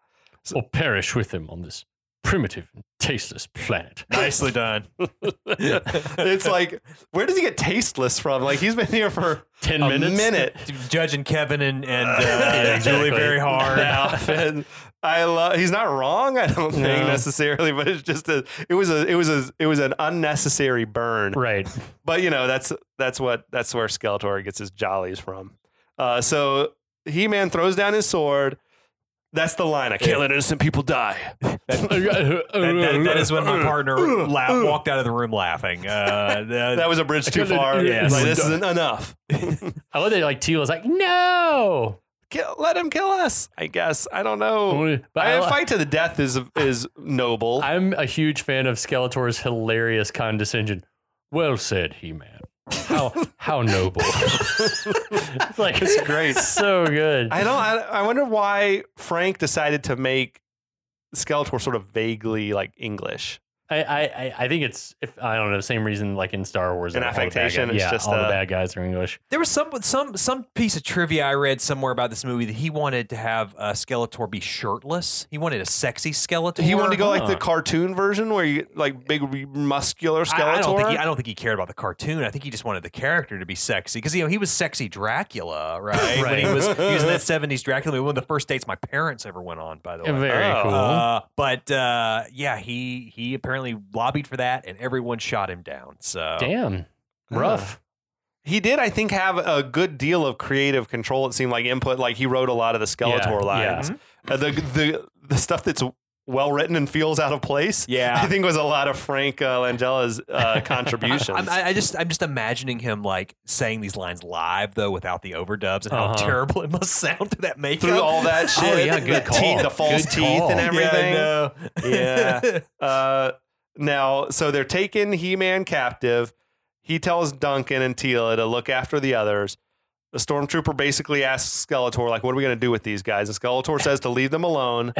Speaker 2: Or perish with them on this primitive and tasteless planet.
Speaker 4: Nicely done.
Speaker 3: it's like, where does he get tasteless from? Like he's been here for
Speaker 2: 10
Speaker 3: a
Speaker 2: minutes.
Speaker 3: minute.
Speaker 4: Judging Kevin and, and uh,
Speaker 2: Yeah, exactly.
Speaker 4: Julie very hard.
Speaker 3: now. And I love. He's not wrong. I don't think
Speaker 2: No.
Speaker 3: necessarily, but it's just a. It was a. It was a. It was an unnecessary burn.
Speaker 2: Right.
Speaker 3: But you know that's that's what that's where Skeletor gets his jollies from. Uh, so He Man throws down his sword. That's the line. I can't let innocent people die.
Speaker 4: That- that- that is when my partner la- walked out of the room laughing. Uh, that-
Speaker 3: That was a bridge too
Speaker 2: can't let
Speaker 3: far.
Speaker 2: innocent
Speaker 3: Like,
Speaker 2: people
Speaker 3: this
Speaker 2: die.
Speaker 3: isn't enough.
Speaker 2: I love that like Tila's like, no.
Speaker 3: Kill, let him kill us. I guess. I don't know.
Speaker 2: But
Speaker 3: I
Speaker 2: I,
Speaker 3: mean,
Speaker 2: li-
Speaker 3: fight to the death is is noble.
Speaker 2: I'm a huge fan of Skeletor's hilarious condescension. Well said, He Man. How how noble. it's like it's
Speaker 3: great.
Speaker 2: So good.
Speaker 3: I don't. I, I wonder why Frank decided to make Skeletor sort of vaguely like English.
Speaker 2: I, I, I- I think it's if I don't know same reason like in Star Wars
Speaker 3: An
Speaker 2: all the bad
Speaker 3: affectation,
Speaker 2: guys-
Speaker 3: it's
Speaker 2: yeah,
Speaker 3: just
Speaker 2: all
Speaker 3: a-
Speaker 2: the bad guys are English.
Speaker 4: There was some some some piece of trivia I read somewhere about this movie that he wanted to have uh, Skeletor be shirtless. He wanted a sexy Skeletor.
Speaker 3: He wanted to go like the
Speaker 2: Huh.
Speaker 3: cartoon version where you like big muscular Skeletor.
Speaker 4: I, I don't think he, I don't think he cared about the cartoon. I think he just wanted the character to be sexy because you know he was sexy Dracula, right? When he
Speaker 2: Right.
Speaker 4: was he was in that seventies Dracula, one of the first dates my parents ever went on, by the way.
Speaker 2: Very
Speaker 3: Oh,
Speaker 2: cool.
Speaker 4: Uh, but uh, yeah, he he apparently lobbied for that, and everyone shot him down. So
Speaker 2: Damn.
Speaker 3: uh,
Speaker 2: Rough.
Speaker 3: Ah. He did, I think, have a good deal of creative control. It seemed like input. Like he wrote a lot of the Skeletor
Speaker 2: Yeah,
Speaker 3: lines. Uh, the the the stuff that's well written and feels out of place.
Speaker 4: Yeah.
Speaker 3: I think was a lot of Frank uh, Langella's uh, contributions.
Speaker 4: I'm, I I just I'm just imagining him like saying these lines live though without the overdubs and how
Speaker 2: Uh-huh.
Speaker 4: terrible it must sound to that makeup.
Speaker 3: through all that
Speaker 2: Oh,
Speaker 3: shit,
Speaker 2: yeah, good
Speaker 3: the,
Speaker 2: call.
Speaker 3: teeth, the false
Speaker 2: Good
Speaker 3: teeth
Speaker 2: call.
Speaker 3: and
Speaker 2: Yeah, I
Speaker 3: everything.
Speaker 4: Yeah, I know.
Speaker 3: Yeah. Uh, now, so they're taking He Man captive. He tells Duncan and Tila to look after the others. The stormtrooper basically asks Skeletor, like, what are we going to do with these guys? And Skeletor says to leave them alone.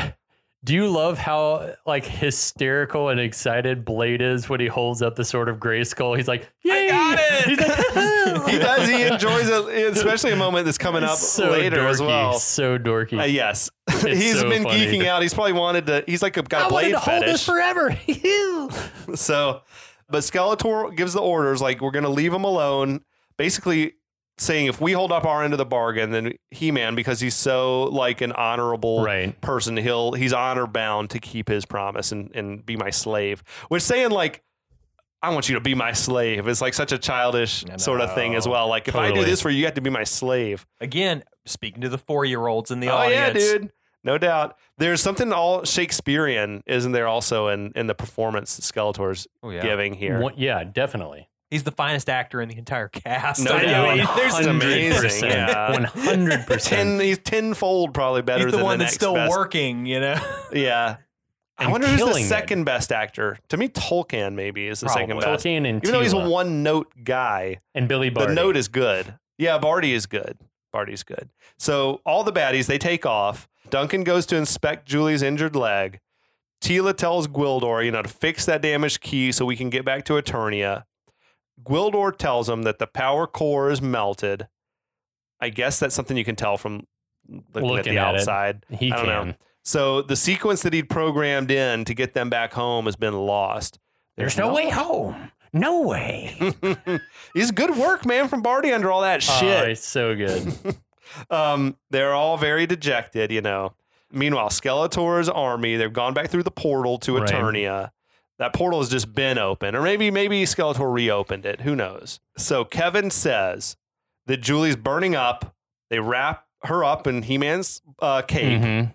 Speaker 2: Do you love how like hysterical and excited Blade is when he holds up the sword of Gray Skull? He's like, Yay!
Speaker 4: got it!
Speaker 2: He's like,
Speaker 3: He does. He enjoys it, especially a moment that's coming up
Speaker 2: so
Speaker 3: later
Speaker 2: dorky,
Speaker 3: as well.
Speaker 2: So dorky.
Speaker 3: Uh, yes. he's
Speaker 2: so
Speaker 3: been
Speaker 2: funny.
Speaker 3: geeking out. He's probably wanted to, he's like got a
Speaker 2: I wanted
Speaker 3: blade
Speaker 2: to hold
Speaker 3: fetish.
Speaker 2: this forever.
Speaker 3: So, but Skeletor gives the orders like we're going to leave him alone, basically saying if we hold up our end of the bargain, then He Man, because he's so like an honorable
Speaker 2: right.
Speaker 3: person, he'll he's honor bound to keep his promise and and be my slave. Which saying like. I want you to be my slave. It's like such a childish
Speaker 4: I
Speaker 3: sort of thing as
Speaker 4: know.
Speaker 3: well. Like if I do
Speaker 2: Totally.
Speaker 3: this for you, you have to be my slave.
Speaker 4: Again, speaking to the four year olds in the
Speaker 3: oh
Speaker 4: audience.
Speaker 3: yeah, dude, no doubt. There's something all Shakespearean, isn't there? Also in in the performance that Skeletor's
Speaker 4: Oh, yeah.
Speaker 3: giving here.
Speaker 2: One- yeah, definitely.
Speaker 4: He's the finest actor in the entire cast.
Speaker 3: No
Speaker 4: I
Speaker 3: doubt.
Speaker 4: mean, there's
Speaker 3: It's
Speaker 2: 100%.
Speaker 3: amazing, yeah.
Speaker 2: 100%.
Speaker 3: ten he's tenfold probably better
Speaker 4: he's
Speaker 3: than
Speaker 4: the one
Speaker 3: the
Speaker 4: that's
Speaker 3: next
Speaker 4: still
Speaker 3: best.
Speaker 4: working, you know.
Speaker 3: Yeah. I
Speaker 2: And
Speaker 3: wonder who's the
Speaker 2: killing it.
Speaker 3: second best actor. To me, Tolkien maybe is the second
Speaker 4: Probably.
Speaker 3: best.
Speaker 2: Tolkien and
Speaker 3: Even though he's a
Speaker 2: Tila
Speaker 3: one note guy,
Speaker 2: and Billy Barty.
Speaker 3: the note is good. Yeah, Barty is good. Barty's good. So all the baddies, they take off. Duncan goes to inspect Julie's injured leg. Tila tells Gwildor, you know, to fix that damaged key so we can get back to Eternia. Gwildor tells him that the power core is melted. I guess that's something you can tell from looking, at
Speaker 2: Looking
Speaker 3: the
Speaker 2: at it.
Speaker 3: outside.
Speaker 2: he
Speaker 3: I don't know.
Speaker 2: can.
Speaker 3: So the sequence that he'd programmed in to get them back home has been lost.
Speaker 2: home. No way.
Speaker 3: He's good work, man, from Barty under all that
Speaker 2: Oh,
Speaker 3: shit.
Speaker 2: it's so good.
Speaker 3: Um, they're all very dejected, you know. Meanwhile, Skeletor's army, they've gone back through the portal to
Speaker 2: Right.
Speaker 3: Eternia. That portal has just been open, or maybe maybe Skeletor reopened it. Who knows? So Kevin says that Julie's burning up. They wrap her up in He-Man's uh, cape.
Speaker 2: Mhm.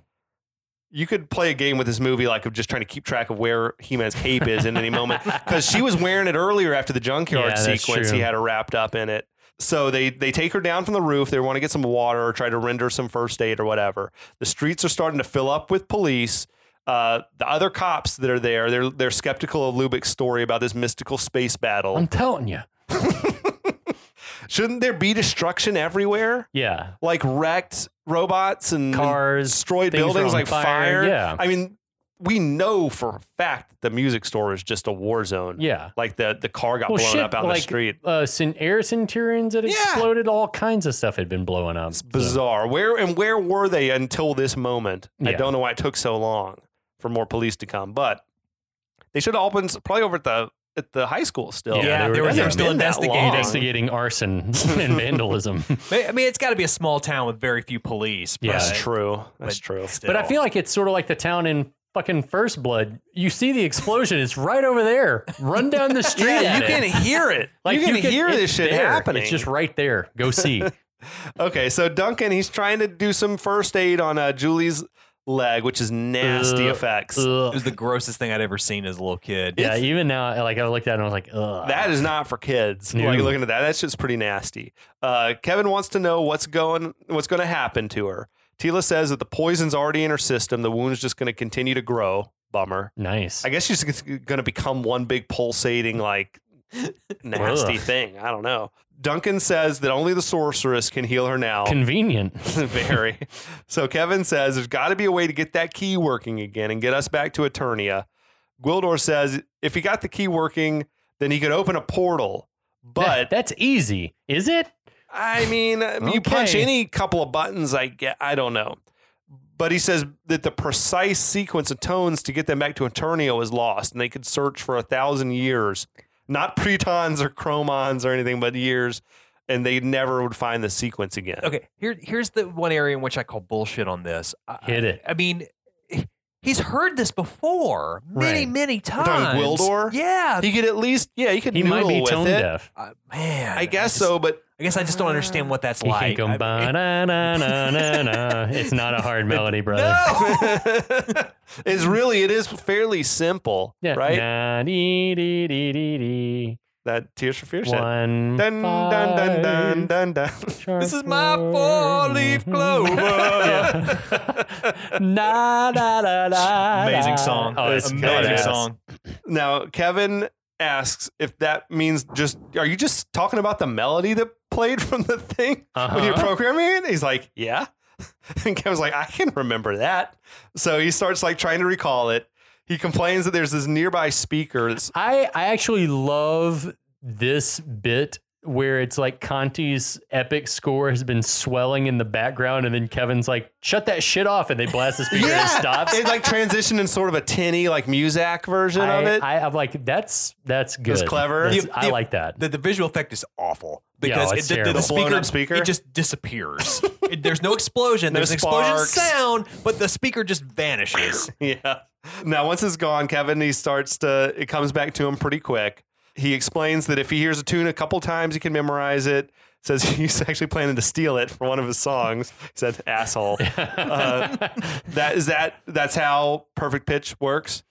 Speaker 3: you could play a game with this movie, like of just trying to keep track of where He Man's cape is in any moment,
Speaker 2: Mm-hmm.
Speaker 3: because she was wearing it earlier after the junkyard
Speaker 2: Yeah, that's
Speaker 3: sequence.
Speaker 2: true.
Speaker 3: He had her wrapped up in it. So they they take her down from the roof. They want to get some water, or try to render some first aid or whatever. The streets are starting to fill up with police. Uh, the other cops that are there, they're they're skeptical of Lubick's story about this mystical space battle.
Speaker 2: I'm telling you.
Speaker 3: Shouldn't there be destruction everywhere?
Speaker 2: Yeah.
Speaker 3: Like wrecked robots and
Speaker 2: Cars,
Speaker 3: destroyed
Speaker 2: things are
Speaker 3: buildings,
Speaker 2: on
Speaker 3: like fire.
Speaker 2: fire, yeah.
Speaker 3: I mean, we know for a fact that the music store is just a war zone.
Speaker 2: Yeah.
Speaker 3: Like the the car got
Speaker 2: Well,
Speaker 3: blown
Speaker 2: shit,
Speaker 3: up out in
Speaker 2: like,
Speaker 3: the street.
Speaker 2: Uh, Cen- air centurions that
Speaker 3: Yeah.
Speaker 2: exploded, all kinds of stuff had been blowing up.
Speaker 3: It's
Speaker 2: so-
Speaker 3: bizarre. Where and where were they until this moment? I
Speaker 2: Yeah.
Speaker 3: don't know why it took so long for more police to come, but they should have all been s- probably over at the at the high school still.
Speaker 2: Yeah, Yeah, they they were- were
Speaker 3: Hasn't
Speaker 2: still
Speaker 3: been that
Speaker 4: investigating.
Speaker 3: long.
Speaker 2: Investigating arson and vandalism.
Speaker 4: Ma- I mean, it's got to be a small town with very few police.
Speaker 2: Yeah.
Speaker 4: but-
Speaker 3: That's true. That's
Speaker 4: but
Speaker 3: true.
Speaker 4: still.
Speaker 2: But I feel like it's sort of like the town in fucking First Blood. You see the explosion, it's right over there. Run down the street.
Speaker 3: Yeah,
Speaker 2: at it.
Speaker 3: you can hear it. you can hear
Speaker 2: it's
Speaker 3: this shit
Speaker 2: there.
Speaker 3: happening.
Speaker 2: It's just right there. Go see.
Speaker 3: okay, so Duncan, he's trying to do some first aid on uh, Julie's leg, which is nasty
Speaker 2: Uh,
Speaker 3: effects.
Speaker 4: it
Speaker 2: Ugh.
Speaker 4: was the grossest thing I'd ever seen as a little kid.
Speaker 2: yeah, even now, like I looked at it and I was like, ugh.
Speaker 3: That is not for kids.
Speaker 2: No.
Speaker 3: Like looking at that, that's just pretty nasty. Uh, Kevin wants to know what's going what's going to happen to her. Tila says that the poison's already in her system. The wound's just going to continue to grow. Bummer.
Speaker 2: nice.
Speaker 3: I guess she's going to become one big pulsating like nasty
Speaker 2: Ugh.
Speaker 3: thing. I don't know. Duncan says that only the sorceress can heal her now.
Speaker 2: Convenient.
Speaker 3: Very. So Kevin says there's got to be a way to get that key working again and get us back to Eternia. Gwildor says if he got the key working, then he could open a portal. But
Speaker 2: that's easy, is it?
Speaker 3: I mean, you punch
Speaker 2: Okay.
Speaker 3: any couple of buttons, I get. I don't know. But he says that the precise sequence of tones to get them back to Eternia was lost, and they could search for a thousand years, not pretons or chromons or anything, but years, and they never would find the sequence again.
Speaker 4: Okay. Here, here's the one area in which I call bullshit on this. I,
Speaker 2: Hit it.
Speaker 4: I mean, he's heard this before many,
Speaker 2: Right.
Speaker 4: many times.
Speaker 3: talking Gwildor?
Speaker 4: Yeah.
Speaker 3: He could at least, yeah, he could.
Speaker 2: He might be
Speaker 3: noodle with
Speaker 2: tone
Speaker 3: it.
Speaker 2: deaf.
Speaker 4: Uh, man.
Speaker 3: I guess
Speaker 4: just-
Speaker 3: so, but
Speaker 4: I guess I just don't understand what that's
Speaker 2: He
Speaker 4: like.
Speaker 2: can go
Speaker 4: I-
Speaker 2: ba na na na na na. It's not a hard melody, brother.
Speaker 3: it's really it is fairly simple,
Speaker 2: Yeah.
Speaker 3: right?
Speaker 2: Na, dee, dee, dee, dee, dee.
Speaker 3: That Tears for Fear Oh, shit.
Speaker 2: One.
Speaker 3: Dun dun dun dun
Speaker 2: five,
Speaker 3: dun dun.
Speaker 2: sharp
Speaker 4: This is my
Speaker 2: four.
Speaker 4: four-leaf clover.
Speaker 2: Yeah. Na, da, da, da,
Speaker 4: Amazing
Speaker 2: da.
Speaker 4: song.
Speaker 2: Oh, it's
Speaker 4: amazing
Speaker 2: badass.
Speaker 4: song.
Speaker 3: now Kevin asks if that means just are you just talking about the melody that played from the thing when you're
Speaker 2: Uh-huh.
Speaker 3: programming it? He's like, yeah. And Kevin's like, I can remember that. So he starts like trying to recall it. He complains that there's this nearby speaker that's
Speaker 2: I I actually love this bit where it's like Conti's epic score has been swelling in the background, and then Kevin's like, "Shut that shit off!" and they blast the speaker and it stops.
Speaker 3: It like transitioned in sort of a tinny like Muzak version
Speaker 2: I,
Speaker 3: of it.
Speaker 2: I, am like, that's that's good.
Speaker 3: clever.
Speaker 2: That's-
Speaker 4: You-
Speaker 2: I
Speaker 4: you-
Speaker 2: like that.
Speaker 4: the, the visual effect is awful
Speaker 2: Yeah,
Speaker 4: because
Speaker 2: oh,
Speaker 4: it,
Speaker 2: it's
Speaker 4: the- the,
Speaker 2: terrible.
Speaker 4: the
Speaker 3: Blown
Speaker 4: speaker,
Speaker 3: up speaker?
Speaker 4: it just disappears. It- there's no explosion.
Speaker 3: No
Speaker 4: there's an explosion
Speaker 3: sparks.
Speaker 4: sound, but the speaker just vanishes.
Speaker 3: yeah. Now once it's gone, Kevin he starts to it comes back to him pretty quick. He explains that if he hears a tune a couple times, he can memorize it. Says he's actually planning to steal it for one of his songs. He said, "Asshole." uh, that is that. That's how perfect pitch works.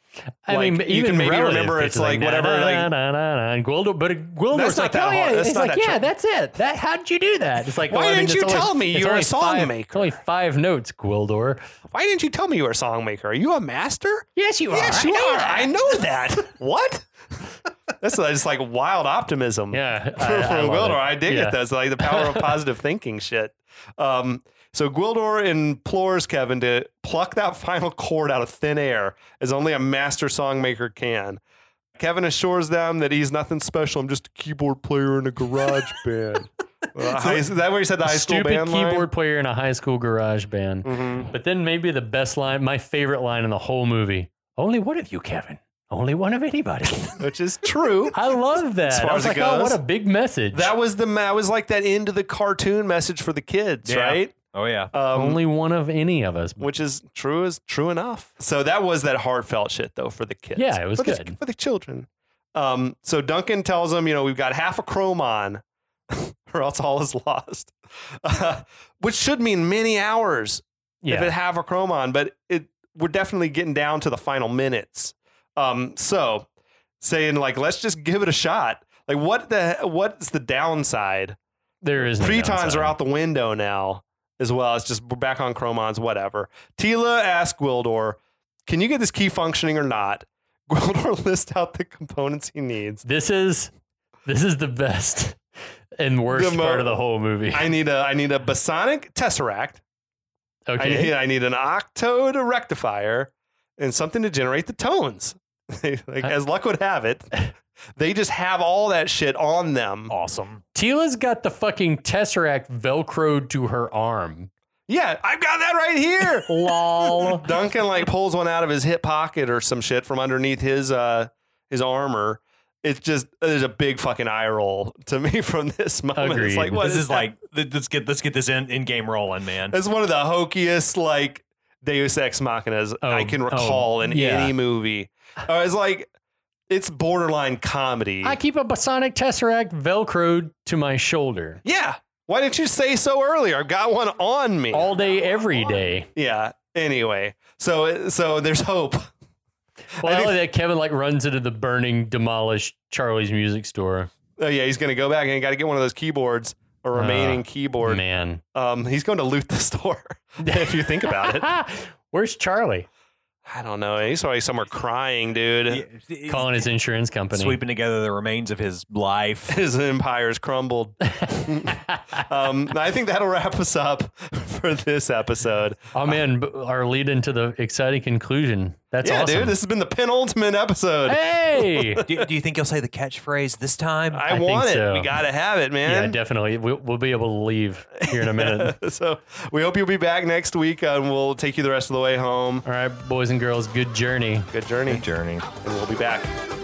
Speaker 2: I
Speaker 3: like,
Speaker 2: mean,
Speaker 3: you
Speaker 2: even
Speaker 3: can maybe
Speaker 2: relative
Speaker 3: remember it's like
Speaker 2: da,
Speaker 3: whatever,
Speaker 2: da,
Speaker 3: like-
Speaker 2: da, da, da, da, and Gwildor, but Gwildor's
Speaker 3: That's not
Speaker 2: like,
Speaker 3: that
Speaker 2: oh yeah,
Speaker 3: hard. That's
Speaker 2: it's
Speaker 3: not
Speaker 2: like,
Speaker 3: that
Speaker 2: yeah,
Speaker 3: tri-
Speaker 2: that's it. That how did you do that? It's like,
Speaker 3: Why
Speaker 2: well, I mean,
Speaker 3: didn't you
Speaker 2: it's only-
Speaker 3: tell me
Speaker 2: it's
Speaker 3: you're a
Speaker 2: only
Speaker 3: song
Speaker 2: five-
Speaker 3: maker?
Speaker 2: it's Only five notes, Gwildor.
Speaker 3: Why didn't you tell me you were a song maker? Are you a master?
Speaker 2: Yes, you
Speaker 3: yes,
Speaker 2: are. I
Speaker 3: you
Speaker 2: know
Speaker 3: are.
Speaker 2: that.
Speaker 3: I know that. what? That's just like wild optimism.
Speaker 2: Yeah,
Speaker 3: for,
Speaker 2: I,
Speaker 3: for
Speaker 2: I love it.
Speaker 3: Gwildor. I dig
Speaker 2: Yeah.
Speaker 3: it. That's like the power of positive thinking shit. Um, so Gwildor implores Kevin to pluck that final chord out of thin air, as only a master songmaker can. Kevin assures them that he's nothing special. I'm just a keyboard player in a garage band. Uh, high- is that where he said the high school
Speaker 2: Stupid
Speaker 3: band Mm-hmm.
Speaker 2: keyboard player in a high school garage band.
Speaker 3: Line?
Speaker 2: But then maybe the best line, my favorite line in the whole movie. Only one of you, Kevin. Only one of anybody.
Speaker 3: Mhm. Which is true.
Speaker 2: I love that.
Speaker 3: As far
Speaker 2: I was
Speaker 3: as
Speaker 2: like,
Speaker 3: it
Speaker 2: oh,
Speaker 3: goes.
Speaker 2: what a big message.
Speaker 3: That was the that was like that end of the cartoon message for the kids,
Speaker 4: Yeah.
Speaker 3: right?
Speaker 4: Oh yeah.
Speaker 3: Um,
Speaker 2: Only one of any of us.
Speaker 3: which is true is true enough. So that was that heartfelt shit though for the kids.
Speaker 2: Yeah, it was
Speaker 3: for The,
Speaker 2: good.
Speaker 3: for the children. Um, so Duncan tells him, you know, we've got half a chromon, or else all is lost, uh, which should mean many hours if
Speaker 2: Yeah.
Speaker 3: it have a chromon, but it we're definitely getting down to the final minutes. Um, so saying like, let's just give it a shot. Like, what the what's the downside?
Speaker 2: There is no
Speaker 3: Pretons
Speaker 2: downside.
Speaker 3: are out the window now as well. It's just we're back on chromons, whatever. Tila asks Gwildor, can you get this key functioning or not? Gwildor lists out the components he needs.
Speaker 2: This is this is the best. and worst
Speaker 3: The mo-
Speaker 2: part of the whole movie.
Speaker 3: I need a I need a basonic tesseract. I need
Speaker 2: okay.
Speaker 3: I need an octode rectifier and something to generate the tones. like as luck would have it, they just have all that shit on them.
Speaker 4: Awesome.
Speaker 2: Tila's got the fucking Tesseract velcroed to her arm.
Speaker 3: Yeah, I've got that right here.
Speaker 2: Lol.
Speaker 3: Duncan like pulls one out of his hip pocket or some shit from underneath his uh his armor. It's just there's a big fucking eye roll to me from this moment. It's
Speaker 2: Agreed.
Speaker 3: like what
Speaker 4: this is
Speaker 3: that?
Speaker 4: like th- let's get let's get this in, in game rolling, man.
Speaker 3: It's one of the hokiest like Deus Ex Machinas
Speaker 2: Oh,
Speaker 3: I can
Speaker 2: oh,
Speaker 3: recall in
Speaker 2: yeah.
Speaker 3: any movie. Uh, it's like it's borderline comedy.
Speaker 2: I keep a Basonic Tesseract velcroed to my shoulder
Speaker 3: yeah. Why didn't you say so earlier? I've got one on me.
Speaker 2: all day, every day.
Speaker 3: yeah. Anyway, so so there's hope.
Speaker 2: Well,
Speaker 3: I
Speaker 2: I
Speaker 3: do-
Speaker 2: like that Kevin like runs into the burning, demolished Charlie's music store.
Speaker 3: Oh yeah, he's gonna go back and got to get one of those keyboards,
Speaker 2: Uh,
Speaker 3: a remaining keyboard.
Speaker 2: Man,
Speaker 3: Um, he's going to loot the store. if you think about it,
Speaker 2: where's Charlie?
Speaker 3: I don't know. He's probably somewhere crying, dude.
Speaker 4: Yeah, it's-
Speaker 2: Calling his insurance company.
Speaker 4: sweeping together the remains of his life.
Speaker 3: His empire's crumbled. um, I think that'll wrap us up for this episode.
Speaker 2: Oh man, b- our lead into the exciting conclusion. That's
Speaker 3: yeah,
Speaker 2: awesome.
Speaker 3: dude, this has been the penultimate episode.
Speaker 2: hey,
Speaker 4: do, do you think he'll say the catchphrase this time?
Speaker 3: I,
Speaker 2: think
Speaker 3: want it.
Speaker 2: so.
Speaker 3: We gotta have it,
Speaker 2: yeah,
Speaker 3: man.
Speaker 2: definitely. We'll, we'll be able to leave here in a minute.
Speaker 3: so we hope you'll be back next week, uh, and we'll take you the rest of the way home.
Speaker 2: All right, boys and girls, good journey.
Speaker 3: Good journey,
Speaker 4: journey.
Speaker 3: and we'll be back.